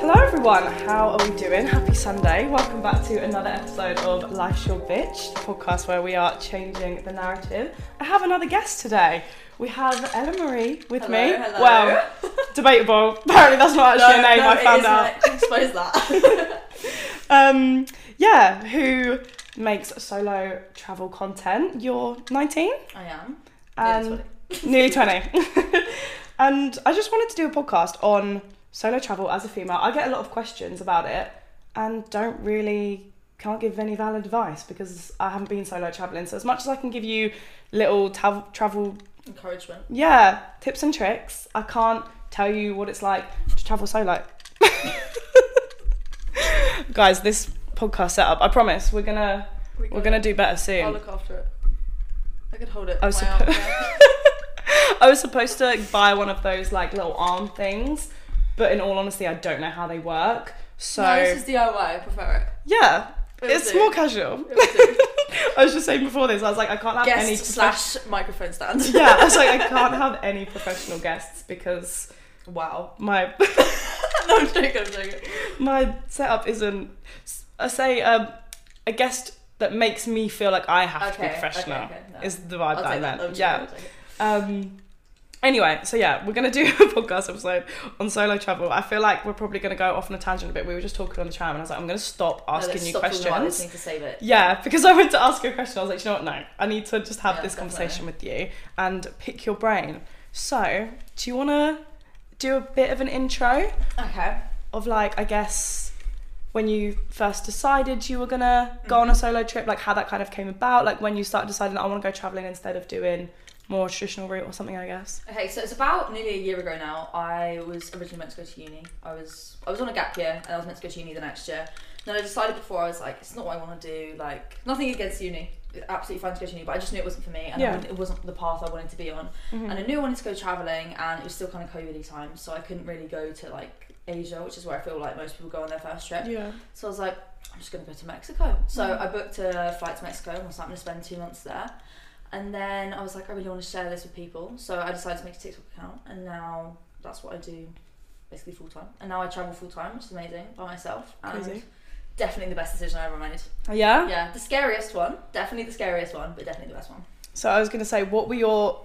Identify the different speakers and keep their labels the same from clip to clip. Speaker 1: Hello everyone, how are we doing? Happy Sunday. Welcome back to another episode of Life's Your Bitch, the podcast where we are changing the narrative. I have another guest today. We have Ella Marie with me.
Speaker 2: Hello, hello.
Speaker 1: Well, debatable. Apparently that's not actually
Speaker 2: No,
Speaker 1: her name, I found
Speaker 2: no, it is
Speaker 1: out.
Speaker 2: not. Expose that.
Speaker 1: Um, yeah, who makes solo travel content. You're 19?
Speaker 2: I am.
Speaker 1: And-
Speaker 2: Nearly
Speaker 1: nearly 20 and i just wanted to do a podcast on solo travel as a female i get a lot of questions about it and don't really can't give any valid advice because i haven't been solo traveling so as much as i can give you little tav- travel
Speaker 2: Encouragement.
Speaker 1: yeah tips and tricks i can't tell you what it's like to travel solo guys this podcast setup i promise we're gonna we're gonna do better soon
Speaker 2: I'll look after it. I could hold it.
Speaker 1: I
Speaker 2: I
Speaker 1: was,
Speaker 2: was
Speaker 1: suppo- I was supposed to buy one of those like little arm things, but in all honesty, I don't know how they work. So
Speaker 2: No, this is DIY. I prefer
Speaker 1: yeah,
Speaker 2: It will
Speaker 1: it's
Speaker 2: do.
Speaker 1: more casual.
Speaker 2: it. it was
Speaker 1: I was just saying before this, I was like, I can't have
Speaker 2: a Guest
Speaker 1: any
Speaker 2: slash microphone stand.
Speaker 1: yeah. I was like, I can't have any professional guests because
Speaker 2: Wow.
Speaker 1: my
Speaker 2: No, I'm joking. I'm joking.
Speaker 1: my setup isn't. I say um, a guest that makes me feel like I have to be
Speaker 2: Okay,
Speaker 1: professional
Speaker 2: okay, okay, no.
Speaker 1: is the vibe
Speaker 2: I'll
Speaker 1: that I
Speaker 2: take that.
Speaker 1: meant.
Speaker 2: I'm joking,
Speaker 1: yeah.
Speaker 2: I'm joking.
Speaker 1: Um, anyway, so yeah, we're gonna do a podcast episode on solo travel. I feel like we're probably gonna go off on a tangent a bit. We were just talking on the tram, and I was like, I'm gonna stop
Speaker 2: No,
Speaker 1: asking
Speaker 2: let's
Speaker 1: you
Speaker 2: stop talking about this,
Speaker 1: questions.
Speaker 2: need to save it.
Speaker 1: Yeah, because I went to ask you a question. I was like, you know what? No, I need to just have
Speaker 2: Yeah,
Speaker 1: this conversation with you and pick your brain. So, do you wanna do a bit of an intro
Speaker 2: Okay.
Speaker 1: of like, I guess. When you first decided you were gonna go on a solo trip, like how that kind of came about, like when you started deciding I want to go traveling instead of doing more traditional route or something, I guess.
Speaker 2: Okay, so it's about nearly a year ago now. I was originally meant to go to uni. I was I was on a gap year and I was meant to go to uni the next year. Then I decided before I was like, it's not what I want to do. Like nothing against uni, It's absolutely fine to go to uni, but I just knew it wasn't for me and I
Speaker 1: Yeah. Hmm.
Speaker 2: wouldn't- it wasn't the path I wanted to be on. And I knew I wanted to go traveling, and it was still kind of COVID time, so I couldn't really go to like Asia, which is where I feel like most people go on their first trip.
Speaker 1: Yeah.
Speaker 2: So I was like, I'm just gonna go to Mexico. So I booked a flight to Mexico and I was like, I'm gonna spend two months there. And then I was like, I really want to share this with people. So I decided to make a TikTok account, and now that's what I do, basically full time. And now I travel full time, which is amazing by myself. And
Speaker 1: Crazy. Ah.
Speaker 2: Definitely the best decision I ever made.
Speaker 1: Yeah?
Speaker 2: Um, Yeah, the scariest one. Definitely the scariest one, but definitely the best one.
Speaker 1: So I was going to say, what were your.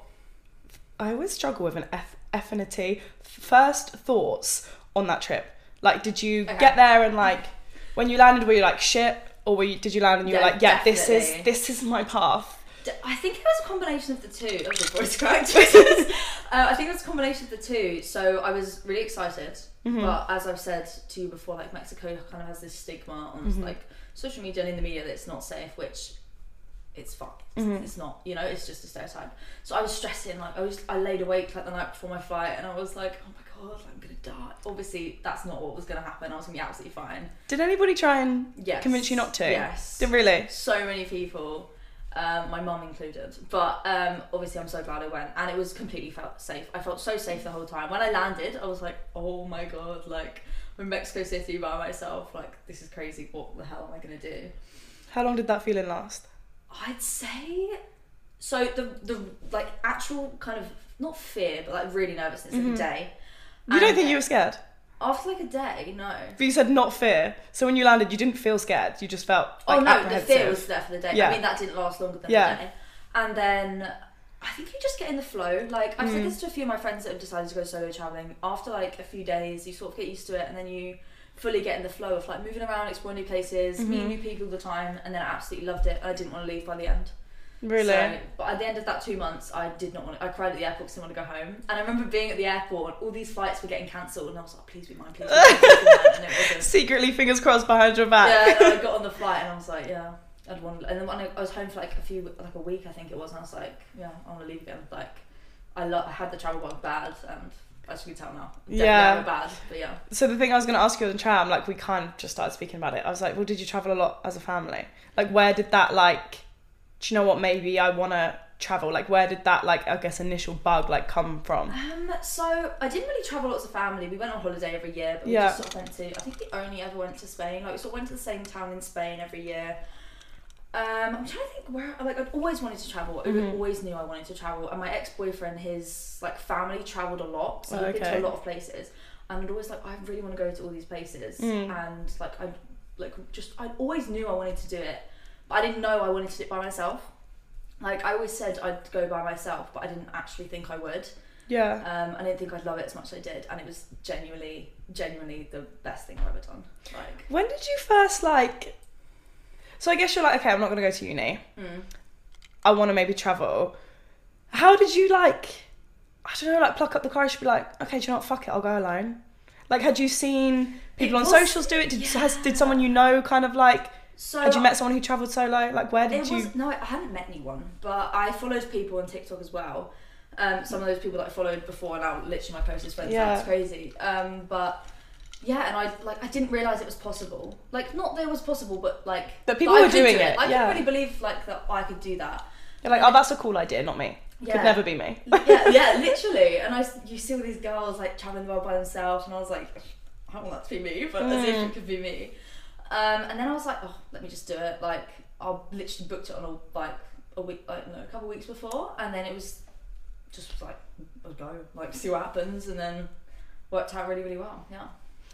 Speaker 1: I always struggle with an F, F and a T. First thoughts on that trip? Like, did you
Speaker 2: Okay.
Speaker 1: get there and, like, when you landed, were you like, shit? Or were you, did you land and you were
Speaker 2: Yeah,
Speaker 1: like, yeah, this is
Speaker 2: definitely.
Speaker 1: this is my path?
Speaker 2: D- I think it was a combination of the two. Oh, my voice cracked. uh, I think it was a combination of the two. So I was really excited, but as I've said to you before, like Mexico kind of has this stigma on like social media and in the media that it's not safe, which it's fine. It's, it's not, you know, it's just a stereotype. So I was stressing, like I was, I laid awake like the night before my flight, and I was like, oh my god, I'm gonna die. Obviously, that's not what was gonna happen. I was gonna be absolutely fine.
Speaker 1: Did anybody try and
Speaker 2: Yes.
Speaker 1: convince you not to?
Speaker 2: Yes.
Speaker 1: Did really?
Speaker 2: so many people, um, my mum included. But um, obviously, I'm so glad I went, and it was completely felt safe. I felt so safe the whole time. When I landed, I was like, oh my god, like I'm in Mexico City by myself. Like this is crazy. What the hell am I gonna do?
Speaker 1: How long did that feeling last?
Speaker 2: I'd say so. The the like actual kind of not fear, but like really nervousness of the day.
Speaker 1: Mm-hmm. You
Speaker 2: Um,
Speaker 1: don't think you were scared?
Speaker 2: after like a day? No.
Speaker 1: But you said not fear. So when you landed, you didn't feel scared. You just felt like
Speaker 2: oh no, the
Speaker 1: apprehensive.
Speaker 2: fear was there for the day.
Speaker 1: Yeah.
Speaker 2: I mean, that didn't last longer than
Speaker 1: Yeah.
Speaker 2: the day. And then I think you just get in the flow. Like I've
Speaker 1: Mm.
Speaker 2: said this to a few of my friends that have decided to go solo traveling. After like a few days, you sort of get used to it, and then you fully get in the flow of like moving around, exploring new places, meeting
Speaker 1: Mm-hmm.
Speaker 2: new people all the time. And then I absolutely loved it. and I didn't want to leave by the end.
Speaker 1: Really?
Speaker 2: So, but at the end of that two months, I did not want. To, I cried at the airport because I didn't want to go home. And I remember being at the airport, and all these flights were getting cancelled, and I was like, please be mine, please be mine. Please be mine. And it wasn't
Speaker 1: Secretly, fingers crossed behind your back.
Speaker 2: yeah, and I got on the flight and I was like, yeah, I'd want. And then when I, I was home for like a few, like a week, I think it was, and I was like, yeah, I want to leave again. Like, I I lo- I had the travel bug bad, and as you can tell now, definitely
Speaker 1: Yeah.
Speaker 2: have it bad. But yeah,
Speaker 1: So the thing I was going to ask you on the tram, like we kind of just started speaking about it. I was like, well, did you travel a lot as a family? Like, where did that like? Do you know what? Maybe I want to travel. Like, where did that like I guess initial bug like come from?
Speaker 2: Um, so I didn't really travel lots of family. We went on holiday every year, but we
Speaker 1: Yeah.
Speaker 2: just sort of went to. I think we only ever went to Spain. Like we sort of went to the same town in Spain every year. Um, I'm trying to think where. Like I'd always wanted to travel.
Speaker 1: Mm-hmm.
Speaker 2: I always knew I wanted to travel, and my ex boyfriend, his like family travelled a lot, so
Speaker 1: Oh,
Speaker 2: we've been
Speaker 1: okay.
Speaker 2: to a lot of places. And I'd always like, I really want to go to all these places,
Speaker 1: Mm.
Speaker 2: and like I, like just I always knew I wanted to do it, but I didn't know I wanted to do it by myself. Like I always said I'd go by myself, but I didn't actually think I would.
Speaker 1: Yeah.
Speaker 2: Um, I didn't think I'd love it as much as I did, and it was genuinely, genuinely the best thing I've ever done. Like,
Speaker 1: When did you first like? So I guess you're like, okay, I'm not going to go to uni.
Speaker 2: Mm.
Speaker 1: I want to maybe travel. How did you like? I don't know, like pluck up the courage to be like, okay, do you know what? Fuck it, I'll go alone. Like, had you seen people on
Speaker 2: was-
Speaker 1: socials do it? Did has, did someone you know kind of like?
Speaker 2: so
Speaker 1: Had you met someone who travelled solo? Like, where did
Speaker 2: It
Speaker 1: you?
Speaker 2: was no, I hadn't met anyone, but I followed people on TikTok as well. Um, some of those people that I followed before are now literally my closest friends.
Speaker 1: Yeah.
Speaker 2: That's crazy. Um, but yeah, and I like I didn't realize it was possible. Like, not that it was possible, but like
Speaker 1: That people
Speaker 2: I
Speaker 1: were
Speaker 2: could
Speaker 1: doing
Speaker 2: do
Speaker 1: it,
Speaker 2: I
Speaker 1: yeah.
Speaker 2: couldn't really believe like that I could do that.
Speaker 1: You're like, oh, that's a cool idea, not me. Could
Speaker 2: Yeah.
Speaker 1: never be me.
Speaker 2: yeah, yeah, literally. And I, s- you see all these girls like traveling the world by themselves, and I was like, I don't want that to be me, but as if it could be me. Um, and then I was like, oh, let me just do it. Like, I literally booked it on a like a week, like no, a couple of weeks before, and then it was just like, I'll go, like see what happens, and then worked out really, really well. Yeah.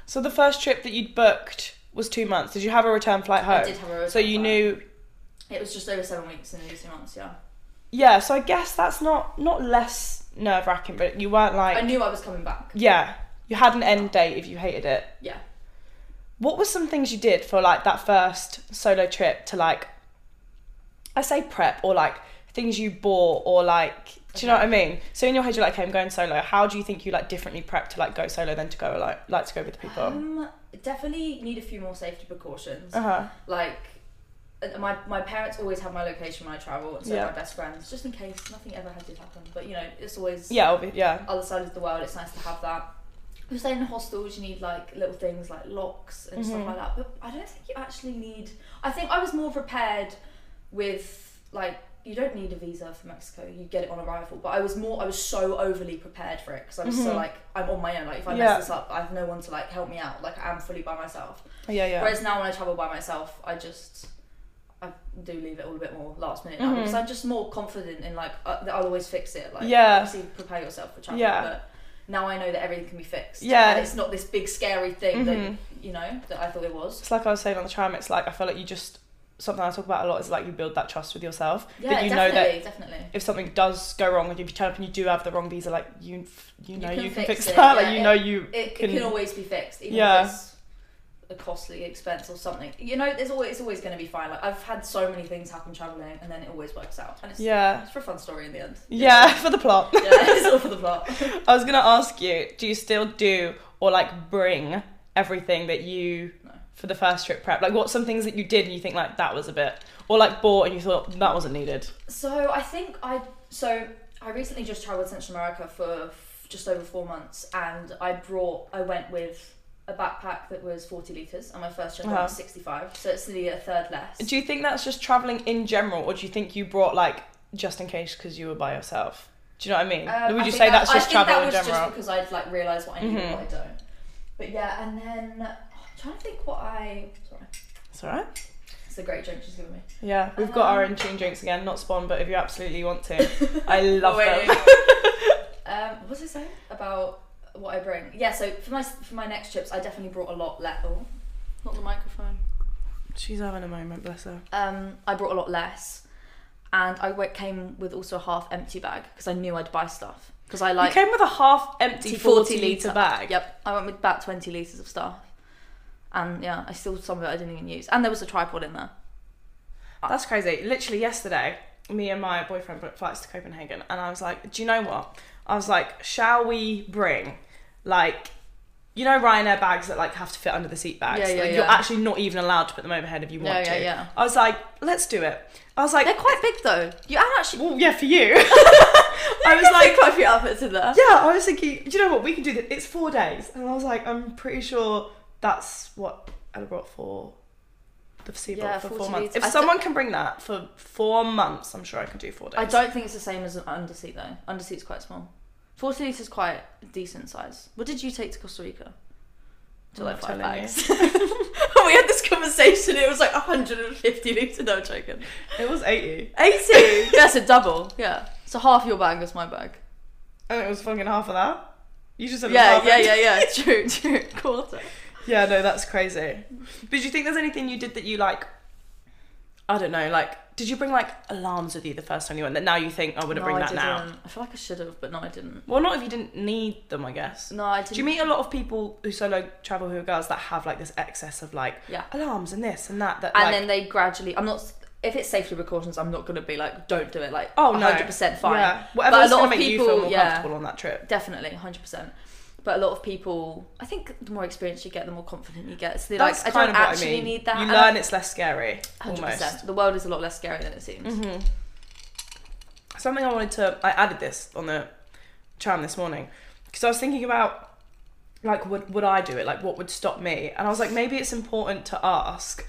Speaker 1: So the first trip that you'd booked was two months. Did you have a return flight home?
Speaker 2: did have a
Speaker 1: So
Speaker 2: return
Speaker 1: you
Speaker 2: flight.
Speaker 1: knew
Speaker 2: It was just over seven weeks and nearly two months. Yeah.
Speaker 1: yeah so i guess that's not not less nerve-wracking but you weren't like
Speaker 2: I knew I was coming back.
Speaker 1: yeah you had an end date if you hated it
Speaker 2: Yeah.
Speaker 1: what were some things you did for like that first solo trip to like i say prep or like things you bought or like do you know what i mean so in your head you're like okay i'm going solo how do you think you like differently prep to like go solo than to go like like to go with people
Speaker 2: Um, definitely need a few more safety precautions.
Speaker 1: uh-huh
Speaker 2: like uh, my my parents always have my location when I travel, and so do
Speaker 1: Yeah.
Speaker 2: my best friends, just in case nothing ever had did happen. But you know, it's always
Speaker 1: yeah obvi- yeah
Speaker 2: other side of the world. It's nice to have that. If you stay in hostels, you need like little things like locks and
Speaker 1: Mm-hmm.
Speaker 2: stuff like that. But I don't think you actually need. I think I was more prepared with like you don't need a visa for Mexico. You get it on arrival. But I was more. I was so overly prepared for it because I was so like I'm on my own. Like if I
Speaker 1: Mm-hmm. Yeah.
Speaker 2: mess this up, I have no one to like help me out. Like I am fully by myself.
Speaker 1: yeah yeah
Speaker 2: Whereas now when I travel by myself, I just I do leave it all a bit more last minute now
Speaker 1: Mm-hmm.
Speaker 2: because I'm just more confident in like uh, that I'll always fix it. Like
Speaker 1: Yeah.
Speaker 2: obviously prepare yourself for travel,
Speaker 1: Yeah.
Speaker 2: but now I know that everything can be fixed.
Speaker 1: Yeah. Mm-hmm.
Speaker 2: and it's not this big scary thing that you know that I thought it was.
Speaker 1: it's like I was saying on the tram, it's like I feel like you just something I talk about a lot is like you build that trust with yourself.
Speaker 2: Yeah,
Speaker 1: that you
Speaker 2: definitely,
Speaker 1: know that
Speaker 2: definitely.
Speaker 1: if something does go wrong, like if you turn up and you do have the wrong visa, like you f- you know you can, fix,
Speaker 2: it,
Speaker 1: that.
Speaker 2: yeah,
Speaker 1: like you
Speaker 2: it-
Speaker 1: know you
Speaker 2: It, it
Speaker 1: can.
Speaker 2: can, always be fixed, even
Speaker 1: Yeah.
Speaker 2: if it's a costly expense or something. You know, there's always it's always going to be fine. Like I've had so many things happen traveling, and then it always works out, and it's
Speaker 1: yeah.
Speaker 2: it's for a fun story in the end.
Speaker 1: Yeah, for the plot.
Speaker 2: yeah, it's all for the plot.
Speaker 1: I was gonna ask you, do you still do or like bring everything that you for the first trip prep? Like, what's some things that you did and you think like that was a bit, or like bought and you thought that wasn't needed?
Speaker 2: So I think I so I recently just traveled Central America for f- just over four months, and I brought I went with a backpack that was forty liters, and my first trip I was sixty five, so it's nearly a third less.
Speaker 1: Do you think that's just traveling in general, or do you think you brought like just in case because you were by yourself? Do you know what I mean?
Speaker 2: Um,
Speaker 1: Would
Speaker 2: I
Speaker 1: you
Speaker 2: think
Speaker 1: say
Speaker 2: that-
Speaker 1: that's just
Speaker 2: I think
Speaker 1: travel
Speaker 2: that was
Speaker 1: in general? Mm-hmm.
Speaker 2: Just because I'd like realised what I knew and what I don't. But yeah, and then I'm trying to think what I. Sorry,
Speaker 1: It's alright.
Speaker 2: it's a great drink she's given me.
Speaker 1: Yeah, we've got our own tune drinks again, not spawn, but if you absolutely want to, I love
Speaker 2: Wait.
Speaker 1: them.
Speaker 2: um, what was I saying about what I bring? Yeah, so for my for my next trips, I definitely brought a lot less. Oh, not the microphone.
Speaker 1: She's having a moment, bless her.
Speaker 2: um, I brought a lot less, and I w- came with also a half empty bag because I knew I'd buy stuff because I
Speaker 1: You
Speaker 2: like
Speaker 1: came with a half empty 40
Speaker 2: litre
Speaker 1: litre bag.
Speaker 2: Yep, I went with about twenty liters of stuff, and yeah, I still some of it I didn't even use, and there was a tripod in there.
Speaker 1: That's crazy. Literally yesterday, me and my boyfriend booked flights to Copenhagen, and I was like, "Do you know what?" I was like, "Shall we bring like you know Ryanair bags that like have to fit under the seat bags.
Speaker 2: Yeah, yeah,
Speaker 1: like, You're
Speaker 2: yeah.
Speaker 1: actually not even allowed to put them overhead if you
Speaker 2: Yeah,
Speaker 1: want
Speaker 2: yeah,
Speaker 1: to.
Speaker 2: yeah.
Speaker 1: I was like, let's do it. I was like,
Speaker 2: They're quite big though. You and actually.
Speaker 1: well, yeah, for you. I was like,
Speaker 2: There's like quite a few outfits in there.
Speaker 1: yeah, I was thinking, do you know what? We can do this. It's four days, and I was like, I'm pretty sure that's what Ella brought for. The placebo
Speaker 2: Yeah,
Speaker 1: for
Speaker 2: 40
Speaker 1: four months.
Speaker 2: litres.
Speaker 1: If
Speaker 2: I th-
Speaker 1: someone can bring that for four months, I'm sure I can do four days.
Speaker 2: I don't think it's the same as an underseat though. Underseat's quite small. Forty litres is quite a decent size. What did you take to Costa Rica? To
Speaker 1: I'm not
Speaker 2: like five
Speaker 1: telling
Speaker 2: bags. we had this conversation. It was like 150 litres. No, I'm joking.
Speaker 1: It was eighty,
Speaker 2: 80. That's a double. Yeah. So half your bag is my bag.
Speaker 1: and it was fucking half of that. You just said it was
Speaker 2: Yeah,
Speaker 1: half
Speaker 2: yeah,
Speaker 1: it.
Speaker 2: yeah, yeah. True, true. Quarter.
Speaker 1: Yeah, no, that's crazy. But do you think there's anything you did that you like? I don't know. Like, did you bring like alarms with you the first time you went? That now you think "Oh, I wouldn't
Speaker 2: no,
Speaker 1: bring
Speaker 2: I
Speaker 1: that now.
Speaker 2: didn't. I feel like I should have, but no, I didn't.
Speaker 1: Well, not if you didn't need them, I guess.
Speaker 2: No, I didn't.
Speaker 1: Do you meet a lot of people who solo travel who are girls that have like this excess of like
Speaker 2: Yeah.
Speaker 1: alarms and this and that? That
Speaker 2: and
Speaker 1: like,
Speaker 2: then they gradually. I'm not. If it's safety precautions, I'm not gonna be like, don't do it. Like,
Speaker 1: oh no,
Speaker 2: 100 percent fine.
Speaker 1: Yeah.
Speaker 2: But
Speaker 1: Whatever's gonna make you feel more
Speaker 2: yeah,
Speaker 1: comfortable on that trip.
Speaker 2: definitely, 100. percent But a lot of people, I think, the more experience you get, the more confident you get. So they're
Speaker 1: That's
Speaker 2: like, I
Speaker 1: kind
Speaker 2: don't
Speaker 1: of what
Speaker 2: actually
Speaker 1: I mean.
Speaker 2: need that.
Speaker 1: You
Speaker 2: And I-
Speaker 1: learn it's less scary.
Speaker 2: 100%.
Speaker 1: Almost. Mm-hmm.
Speaker 2: The world is a lot less scary than it seems.
Speaker 1: something I wanted to I added this on the tram this morning because I was thinking about like would would I do it like what would stop me and I was like maybe it's important to ask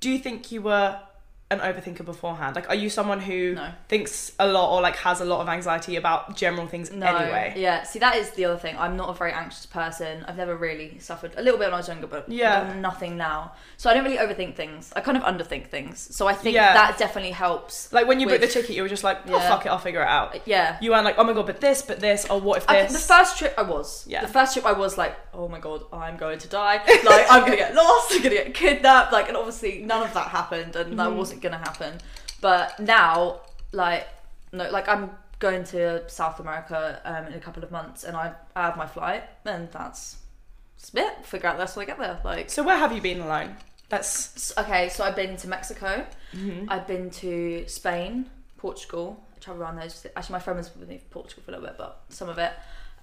Speaker 1: do you think you were an overthinker beforehand like are you someone who
Speaker 2: No.
Speaker 1: thinks a lot or like has a lot of anxiety about general things
Speaker 2: No.
Speaker 1: anyway
Speaker 2: Yeah. See, that is the other thing. I'm not a very anxious person. I've never really suffered a little bit when I was younger, but
Speaker 1: Yeah.
Speaker 2: nothing now. So I don't really overthink things. I kind of underthink things. So I think
Speaker 1: Yeah.
Speaker 2: that definitely helps.
Speaker 1: like when you booked the
Speaker 2: with-
Speaker 1: ticket you were just like oh
Speaker 2: Yeah. Uh,
Speaker 1: fuck it I'll figure it out
Speaker 2: Yeah.
Speaker 1: you weren't like oh my god but this but this or what if
Speaker 2: I-
Speaker 1: this
Speaker 2: the first trip I was.
Speaker 1: Yeah.
Speaker 2: The first trip I was like, oh my god, I'm going to die. Like I'm gonna get lost. I'm gonna get kidnapped. Like and obviously none of that happened, and
Speaker 1: Mm-hmm.
Speaker 2: that wasn't gonna happen. But now, like no, like I'm going to South America um, in a couple of months, and I, I have my flight, and that's. that's it. Figure out that's when I get there. Like
Speaker 1: so where have you been alone that's
Speaker 2: S- okay, so I've been to Mexico,
Speaker 1: Mm-hmm.
Speaker 2: I've been to Spain, Portugal. I travel around those. Actually, my friend was with me to Portugal for a little bit, but some of it.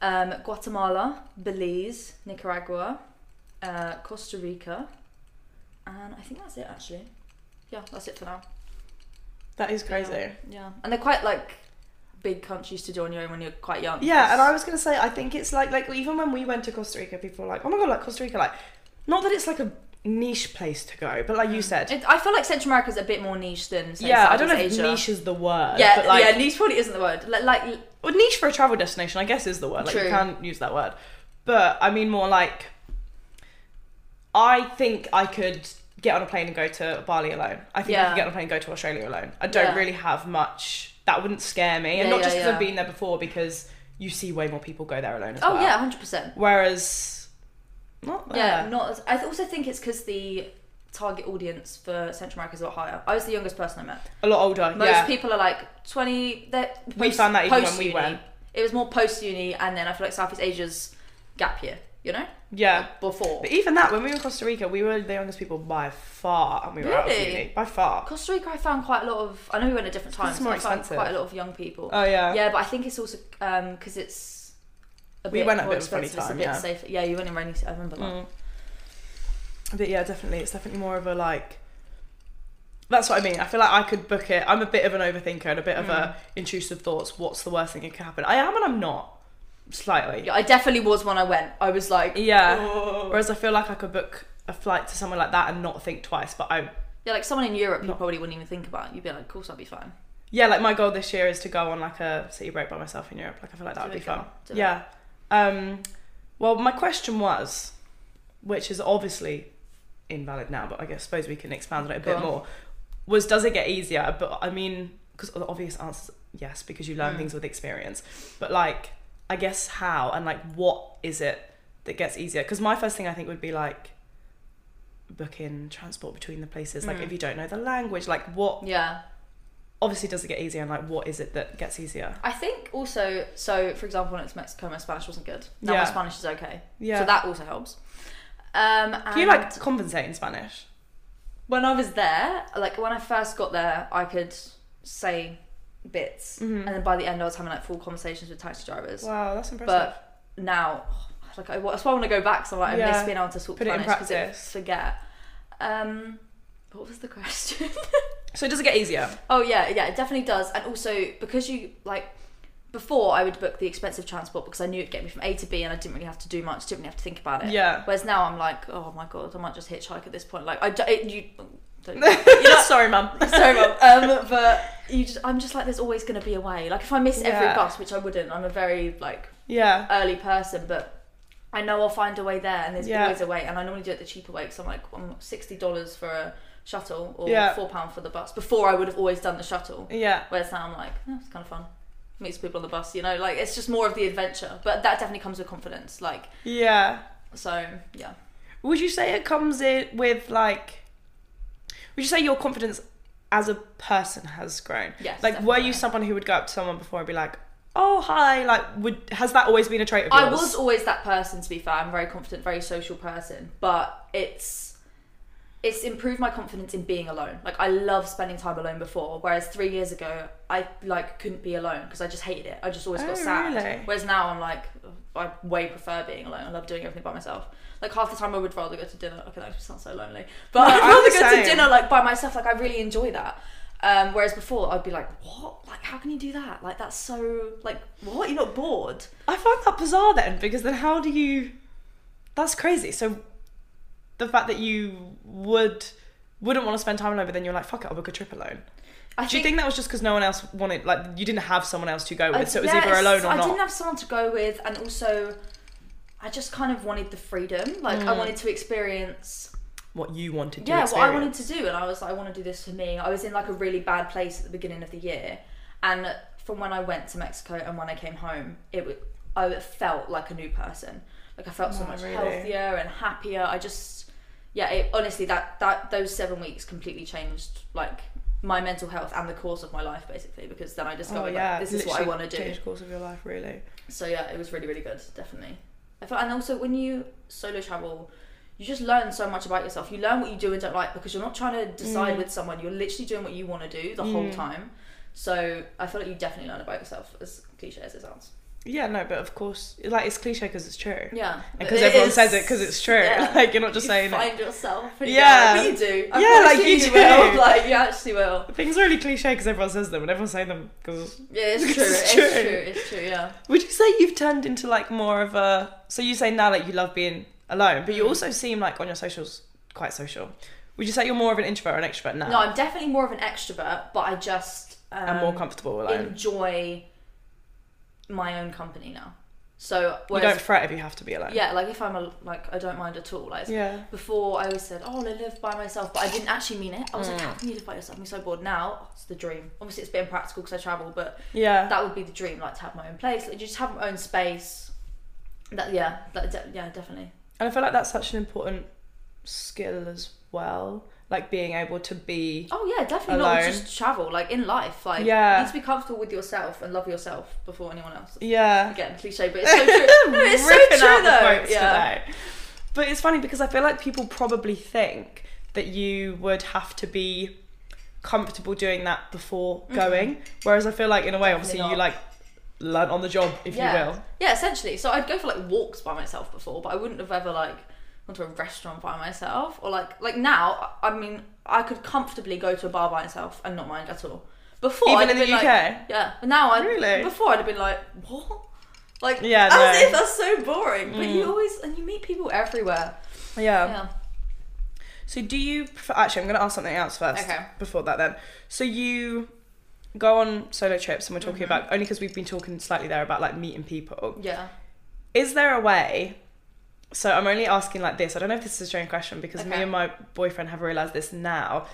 Speaker 2: Um, Guatemala, Belize, Nicaragua, uh, Costa Rica, and I think that's it actually. Yeah, that's it for now.
Speaker 1: that is crazy
Speaker 2: Yeah, yeah. and they're quite like big countries to do on your own when you're quite young.
Speaker 1: Yeah, and I was gonna say, I think it's like like even when we went to Costa Rica, people were like, oh my god, like Costa Rica, like not that it's like a niche place to go, but like you said,
Speaker 2: Mm. It, I feel like Central America's a bit more niche than say,
Speaker 1: yeah, I don't know
Speaker 2: Southeast
Speaker 1: if
Speaker 2: Asia.
Speaker 1: niche is the word.
Speaker 2: Yeah,
Speaker 1: but like,
Speaker 2: yeah, niche probably isn't the word. Like, like
Speaker 1: well, niche for a travel destination, I guess, is the word. Like you
Speaker 2: True.
Speaker 1: can use that word, but I mean more like, I think I could get on a plane and go to Bali alone. I think I
Speaker 2: Yeah.
Speaker 1: could get on a plane and go to Australia alone. I don't
Speaker 2: Yeah.
Speaker 1: really have much that wouldn't scare me, and not
Speaker 2: Yeah, yeah,
Speaker 1: just because
Speaker 2: yeah.
Speaker 1: I've been there before, because you see way more people go there alone as
Speaker 2: oh
Speaker 1: well.
Speaker 2: yeah, hundred percent.
Speaker 1: Whereas, not
Speaker 2: Yeah,
Speaker 1: there.
Speaker 2: not. As, I also think it's because the target audience for Central America is a lot higher. I was the youngest person I met.
Speaker 1: a lot older.
Speaker 2: Most
Speaker 1: yeah,
Speaker 2: people are like twenty. They're
Speaker 1: We
Speaker 2: post-
Speaker 1: found that even when we
Speaker 2: post-uni.
Speaker 1: went.
Speaker 2: It was more post uni, and then I feel like Southeast Asia's gap year. You know,
Speaker 1: yeah.
Speaker 2: before
Speaker 1: But even that, when we were in Costa Rica, we were the youngest people by far, and we were out of
Speaker 2: Really?
Speaker 1: uni by far.
Speaker 2: Costa Rica, I found quite a lot of. I know we went at different times.
Speaker 1: it's more
Speaker 2: but I found
Speaker 1: expensive.
Speaker 2: Quite a lot of young people.
Speaker 1: Oh yeah.
Speaker 2: yeah, but I think it's also because it's. A
Speaker 1: We
Speaker 2: bit
Speaker 1: went at a
Speaker 2: more
Speaker 1: bit of a funny
Speaker 2: expensive, it's
Speaker 1: time,
Speaker 2: bit
Speaker 1: yeah.
Speaker 2: safer. Yeah, you went in rainy. se- I remember that.
Speaker 1: Mm. But yeah, definitely, it's definitely more of a like. That's what I mean. I feel like I could book it. I'm a bit of an overthinker and a bit of
Speaker 2: Mm.
Speaker 1: a intrusive thoughts. What's the worst thing that could happen? I am and I'm not. Slightly.
Speaker 2: Yeah, Oh. I definitely was when I went. I was like,
Speaker 1: Yeah. Whereas I feel like I could book a flight to somewhere like that and not think twice. But I
Speaker 2: Yeah, like someone in Europe, you probably wouldn't even think about. it. You'd be like, of course, I'll be fine.
Speaker 1: yeah, like my goal this year is to go on like a city break by myself in Europe. Like I feel like that would be
Speaker 2: Do it,
Speaker 1: fun.
Speaker 2: do it.
Speaker 1: Yeah. Um, well, my question was, which is obviously invalid now, but I guess suppose we can expand on it a
Speaker 2: Go
Speaker 1: bit
Speaker 2: on.
Speaker 1: more. Was does it get easier? But I mean, because the obvious answer is yes, because you
Speaker 2: Mm.
Speaker 1: learn things with experience. But like, I guess how and like what is it that gets easier? Because my first thing I think would be like booking transport between the places.
Speaker 2: Mm.
Speaker 1: Like if you don't know the language, like what
Speaker 2: Yeah,
Speaker 1: obviously does it get easier and like what is it that gets easier
Speaker 2: I think also. So, for example, when it's Mexico, my Spanish wasn't good. Now
Speaker 1: Yeah.
Speaker 2: my Spanish is okay.
Speaker 1: Yeah.
Speaker 2: So that also helps. Um, and
Speaker 1: do you like compensate in spanish
Speaker 2: when I was there? Like when I first got there, I could say
Speaker 1: Mm-hmm.
Speaker 2: bits, and then by the end, I was having like full conversations with taxi drivers.
Speaker 1: wow that's impressive
Speaker 2: But now, oh, like I, that's why I want to go back. So I'm like, I miss
Speaker 1: Yeah.
Speaker 2: being able to talk
Speaker 1: Put it in
Speaker 2: Spanish because I
Speaker 1: practice.
Speaker 2: forget. Um, what was the question?
Speaker 1: So does it get easier?
Speaker 2: Oh yeah, yeah, it definitely does. And also because you like before I would book the expensive transport because I knew it'd get me from A to B and I didn't really have to do much, didn't really have to think about it.
Speaker 1: Yeah.
Speaker 2: Whereas now I'm like, oh my god, I might just hitchhike at this point. Like I do, it, you oh, don't
Speaker 1: Sorry, mum.
Speaker 2: so wrong. Um, but you just I'm just like there's always gonna be a way. Like if I miss every
Speaker 1: Yeah.
Speaker 2: bus, which I wouldn't, I'm a very like
Speaker 1: Yeah.
Speaker 2: early person, but I know I'll find a way there, and there's
Speaker 1: Yeah.
Speaker 2: always a way. And I normally do it the cheaper way because I'm like, I'm sixty dollars for a shuttle or
Speaker 1: Yeah.
Speaker 2: four pound for the bus. Before I would have always done the shuttle.
Speaker 1: Yeah.
Speaker 2: Whereas now I'm like, oh, it's kind of fun. Meets people on the bus, you know, like it's just more of the adventure. But that definitely comes with confidence. Like,
Speaker 1: Yeah.
Speaker 2: so yeah.
Speaker 1: Would you say it comes in with like? Would you say your confidence as a person has grown?
Speaker 2: Yes,
Speaker 1: Like, were
Speaker 2: definitely.
Speaker 1: you someone who would go up to someone before and be like, "Oh, hi"? Like, would has that always been a trait of yours?
Speaker 2: I was always that person, to be fair. I'm a very confident, very social person, but it's it's improved my confidence in being alone. Like I love spending time alone before, whereas three years ago I like couldn't be alone because I just hated it. I just always
Speaker 1: Oh,
Speaker 2: got sad.
Speaker 1: really?
Speaker 2: Whereas now I'm like I way prefer being alone. I love doing everything by myself. Like half the time I would rather go to dinner. Okay, that sounds so lonely, but
Speaker 1: No,
Speaker 2: I'd
Speaker 1: I'm
Speaker 2: rather
Speaker 1: the
Speaker 2: go to
Speaker 1: same.
Speaker 2: dinner like by myself. Like I really enjoy that. Um, whereas before I'd be like, what? Like how can you do that? Like that's so like what? You're not bored.
Speaker 1: I find that bizarre then, because then how do you? That's crazy. So, the fact that you would wouldn't want to spend time alone, but then you're like, "Fuck it, I'll book a trip alone."
Speaker 2: I
Speaker 1: Do you think that was just because no one else wanted, like, you didn't have someone else to go with,
Speaker 2: I-
Speaker 1: so it was
Speaker 2: yes,
Speaker 1: either alone or
Speaker 2: I
Speaker 1: not?
Speaker 2: didn't have someone to go with, and also I just kind of wanted the freedom. Like
Speaker 1: Mm.
Speaker 2: I wanted to experience
Speaker 1: what you wanted to
Speaker 2: yeah, what I
Speaker 1: experience.
Speaker 2: wanted to do, and I was like, I want to do this for me. I was in like a really bad place at the beginning of the year, and from when I went to Mexico and when I came home, it was I felt like a new person. Like I felt so
Speaker 1: Oh,
Speaker 2: much
Speaker 1: really?
Speaker 2: healthier and happier. I just, yeah, it, honestly, that that those seven weeks completely changed like my mental health and the course of my life basically because then I
Speaker 1: Oh
Speaker 2: discovered
Speaker 1: yeah,
Speaker 2: like, this is what I
Speaker 1: literally
Speaker 2: want to do.
Speaker 1: Changed the course of your life, really.
Speaker 2: So yeah, it was really really good, definitely. I felt, and also when you solo travel, you just learn so much about yourself. You learn what you do and don't like because you're not trying to
Speaker 1: Mm.
Speaker 2: decide with someone. You're literally doing what you want to do the whole time. So I feel like you definitely learn about yourself, as cliche as it sounds.
Speaker 1: Yeah, no, but of course, like it's cliche because it's true.
Speaker 2: Yeah, but
Speaker 1: because
Speaker 2: it
Speaker 1: everyone
Speaker 2: is-
Speaker 1: says it because it's true.
Speaker 2: yeah.
Speaker 1: Like you're not just
Speaker 2: You
Speaker 1: saying it.
Speaker 2: find yourself. and you
Speaker 1: Yeah.
Speaker 2: go, but you do. I
Speaker 1: Yeah,
Speaker 2: promise
Speaker 1: like,
Speaker 2: you,
Speaker 1: you
Speaker 2: you will.
Speaker 1: do.
Speaker 2: Like you actually will.
Speaker 1: Things are really cliche because everyone says them, and everyone's saying them because.
Speaker 2: Yeah, it's
Speaker 1: It's
Speaker 2: true. It's true.
Speaker 1: true.
Speaker 2: It's true. Yeah.
Speaker 1: Would you say you've turned into like more of a? So you say now that you love being alone,
Speaker 2: Mm.
Speaker 1: but you also seem like on your socials quite social. Would you say you're more of an introvert or an extrovert now?
Speaker 2: No, I'm definitely more of an extrovert, but I just um,
Speaker 1: and more comfortable alone.
Speaker 2: enjoy my own company now. So
Speaker 1: You
Speaker 2: whereas,
Speaker 1: don't fret if you have to be alone.
Speaker 2: yeah, like if I'm a, like I don't mind at all. Like
Speaker 1: Yeah.
Speaker 2: before, I always said, "Oh, I live by myself," but I didn't actually mean it. I was like,
Speaker 1: Mm.
Speaker 2: "How can you live by yourself?" I'm so bored now. oh, it's the dream. Obviously, it's a bit impractical because I travel, but
Speaker 1: Yeah.
Speaker 2: that would be the dream. Like to have my own place, like, just have my own space. That yeah, that de- yeah, definitely.
Speaker 1: And I feel like that's such an important skill as well. Like being able to be.
Speaker 2: Oh yeah, definitely not
Speaker 1: Alone.
Speaker 2: just travel. Like in life, like
Speaker 1: Yeah.
Speaker 2: you need to be comfortable with yourself and love yourself before anyone else.
Speaker 1: Yeah.
Speaker 2: Again, cliche, but it's so true. No, it's so
Speaker 1: Ripping
Speaker 2: true
Speaker 1: out the
Speaker 2: though.
Speaker 1: quotes
Speaker 2: yeah.
Speaker 1: today. But it's funny because I feel like people probably think that you would have to be comfortable doing that before going. Whereas I feel like in a way, obviously,
Speaker 2: Mm-hmm. not.
Speaker 1: you like learn on the job, if
Speaker 2: yeah.
Speaker 1: you will.
Speaker 2: Yeah, essentially. So I'd go for like walks by myself before, but I wouldn't have ever like gone to a restaurant by myself or like like now. I I mean, I could comfortably go to a bar by myself and not mind at all. Before,
Speaker 1: Even
Speaker 2: I'd
Speaker 1: in the
Speaker 2: have been
Speaker 1: UK?
Speaker 2: like, yeah. But now I
Speaker 1: Really?
Speaker 2: before I'd have been like what. Like
Speaker 1: Yeah,
Speaker 2: as
Speaker 1: no.
Speaker 2: if that's so boring. But you always and you meet people everywhere.
Speaker 1: Yeah.
Speaker 2: Yeah.
Speaker 1: So do you prefer, actually? I'm going to ask something else first.
Speaker 2: Okay.
Speaker 1: Before that, then. So you go on solo trips, and we're talking
Speaker 2: Mm-hmm.
Speaker 1: about only because we've been talking slightly there about like meeting people.
Speaker 2: Yeah.
Speaker 1: Is there a way? So I'm only asking like this. I don't know if this is a strange question because me
Speaker 2: Okay.
Speaker 1: and my boyfriend have realized this now.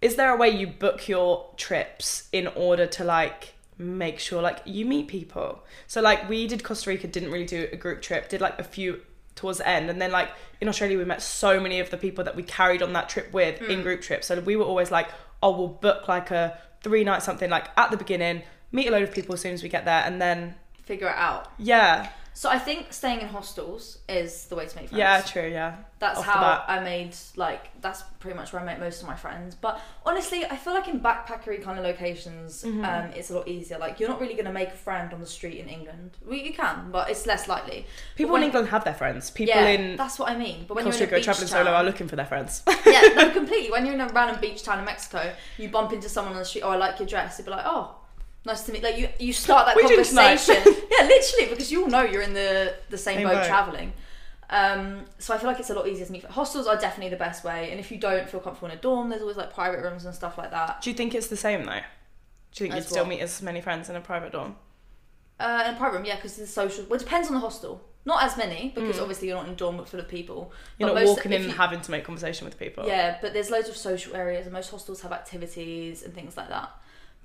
Speaker 1: Is there a way you book your trips in order to like make sure like you meet people? So like we did Costa Rica, didn't really do a group trip, did like a few towards the end, and then like in Australia we met so many of the people that we carried on that trip with in group trips. So we were always like, oh, we'll book like a three night something like at the beginning, meet a load of people as soon as we get there, and then
Speaker 2: Figure it out.
Speaker 1: yeah.
Speaker 2: So I think staying in hostels is the way to make friends.
Speaker 1: Yeah, true, yeah.
Speaker 2: That's
Speaker 1: Off the
Speaker 2: how
Speaker 1: bat.
Speaker 2: I made like that's pretty much where I met most of my friends. But honestly, I feel like in backpackery kind of locations,
Speaker 1: Mm-hmm.
Speaker 2: um, it's a lot easier. Like you're not really gonna make a friend on the street in England. Well, you can, but it's less likely.
Speaker 1: People
Speaker 2: But when-
Speaker 1: in England have their friends. People
Speaker 2: yeah,
Speaker 1: in
Speaker 2: that's what I mean. But when
Speaker 1: Costa
Speaker 2: you're in a
Speaker 1: Rica
Speaker 2: beach
Speaker 1: traveling
Speaker 2: town,
Speaker 1: solo are looking for their friends.
Speaker 2: yeah, no, completely. When you're in a random beach town in Mexico, you bump into someone on the street. Oh, I like your dress. You'd be like, oh, nice to meet. Like you, you start that
Speaker 1: What are you doing tonight?
Speaker 2: conversation. yeah, literally, because you all know you're in the the same,
Speaker 1: Same
Speaker 2: boat,
Speaker 1: boat.
Speaker 2: traveling. Um, so I feel like it's a lot easier to meet. Hostels are definitely the best way. And if you don't feel comfortable in a dorm, there's always like private rooms and stuff like that.
Speaker 1: Do you think it's the same though? Do you think
Speaker 2: As
Speaker 1: you'd still
Speaker 2: what?
Speaker 1: meet as many friends in a private dorm?
Speaker 2: Uh, in a private room, yeah, because the social. Well, it depends on the hostel. Not as many because obviously you're not in a dorm full of people.
Speaker 1: Mm. You're
Speaker 2: But
Speaker 1: not
Speaker 2: most-
Speaker 1: walking
Speaker 2: if
Speaker 1: in
Speaker 2: you-
Speaker 1: having to make conversation with people.
Speaker 2: Yeah, but there's loads of social areas, and most hostels have activities and things like that.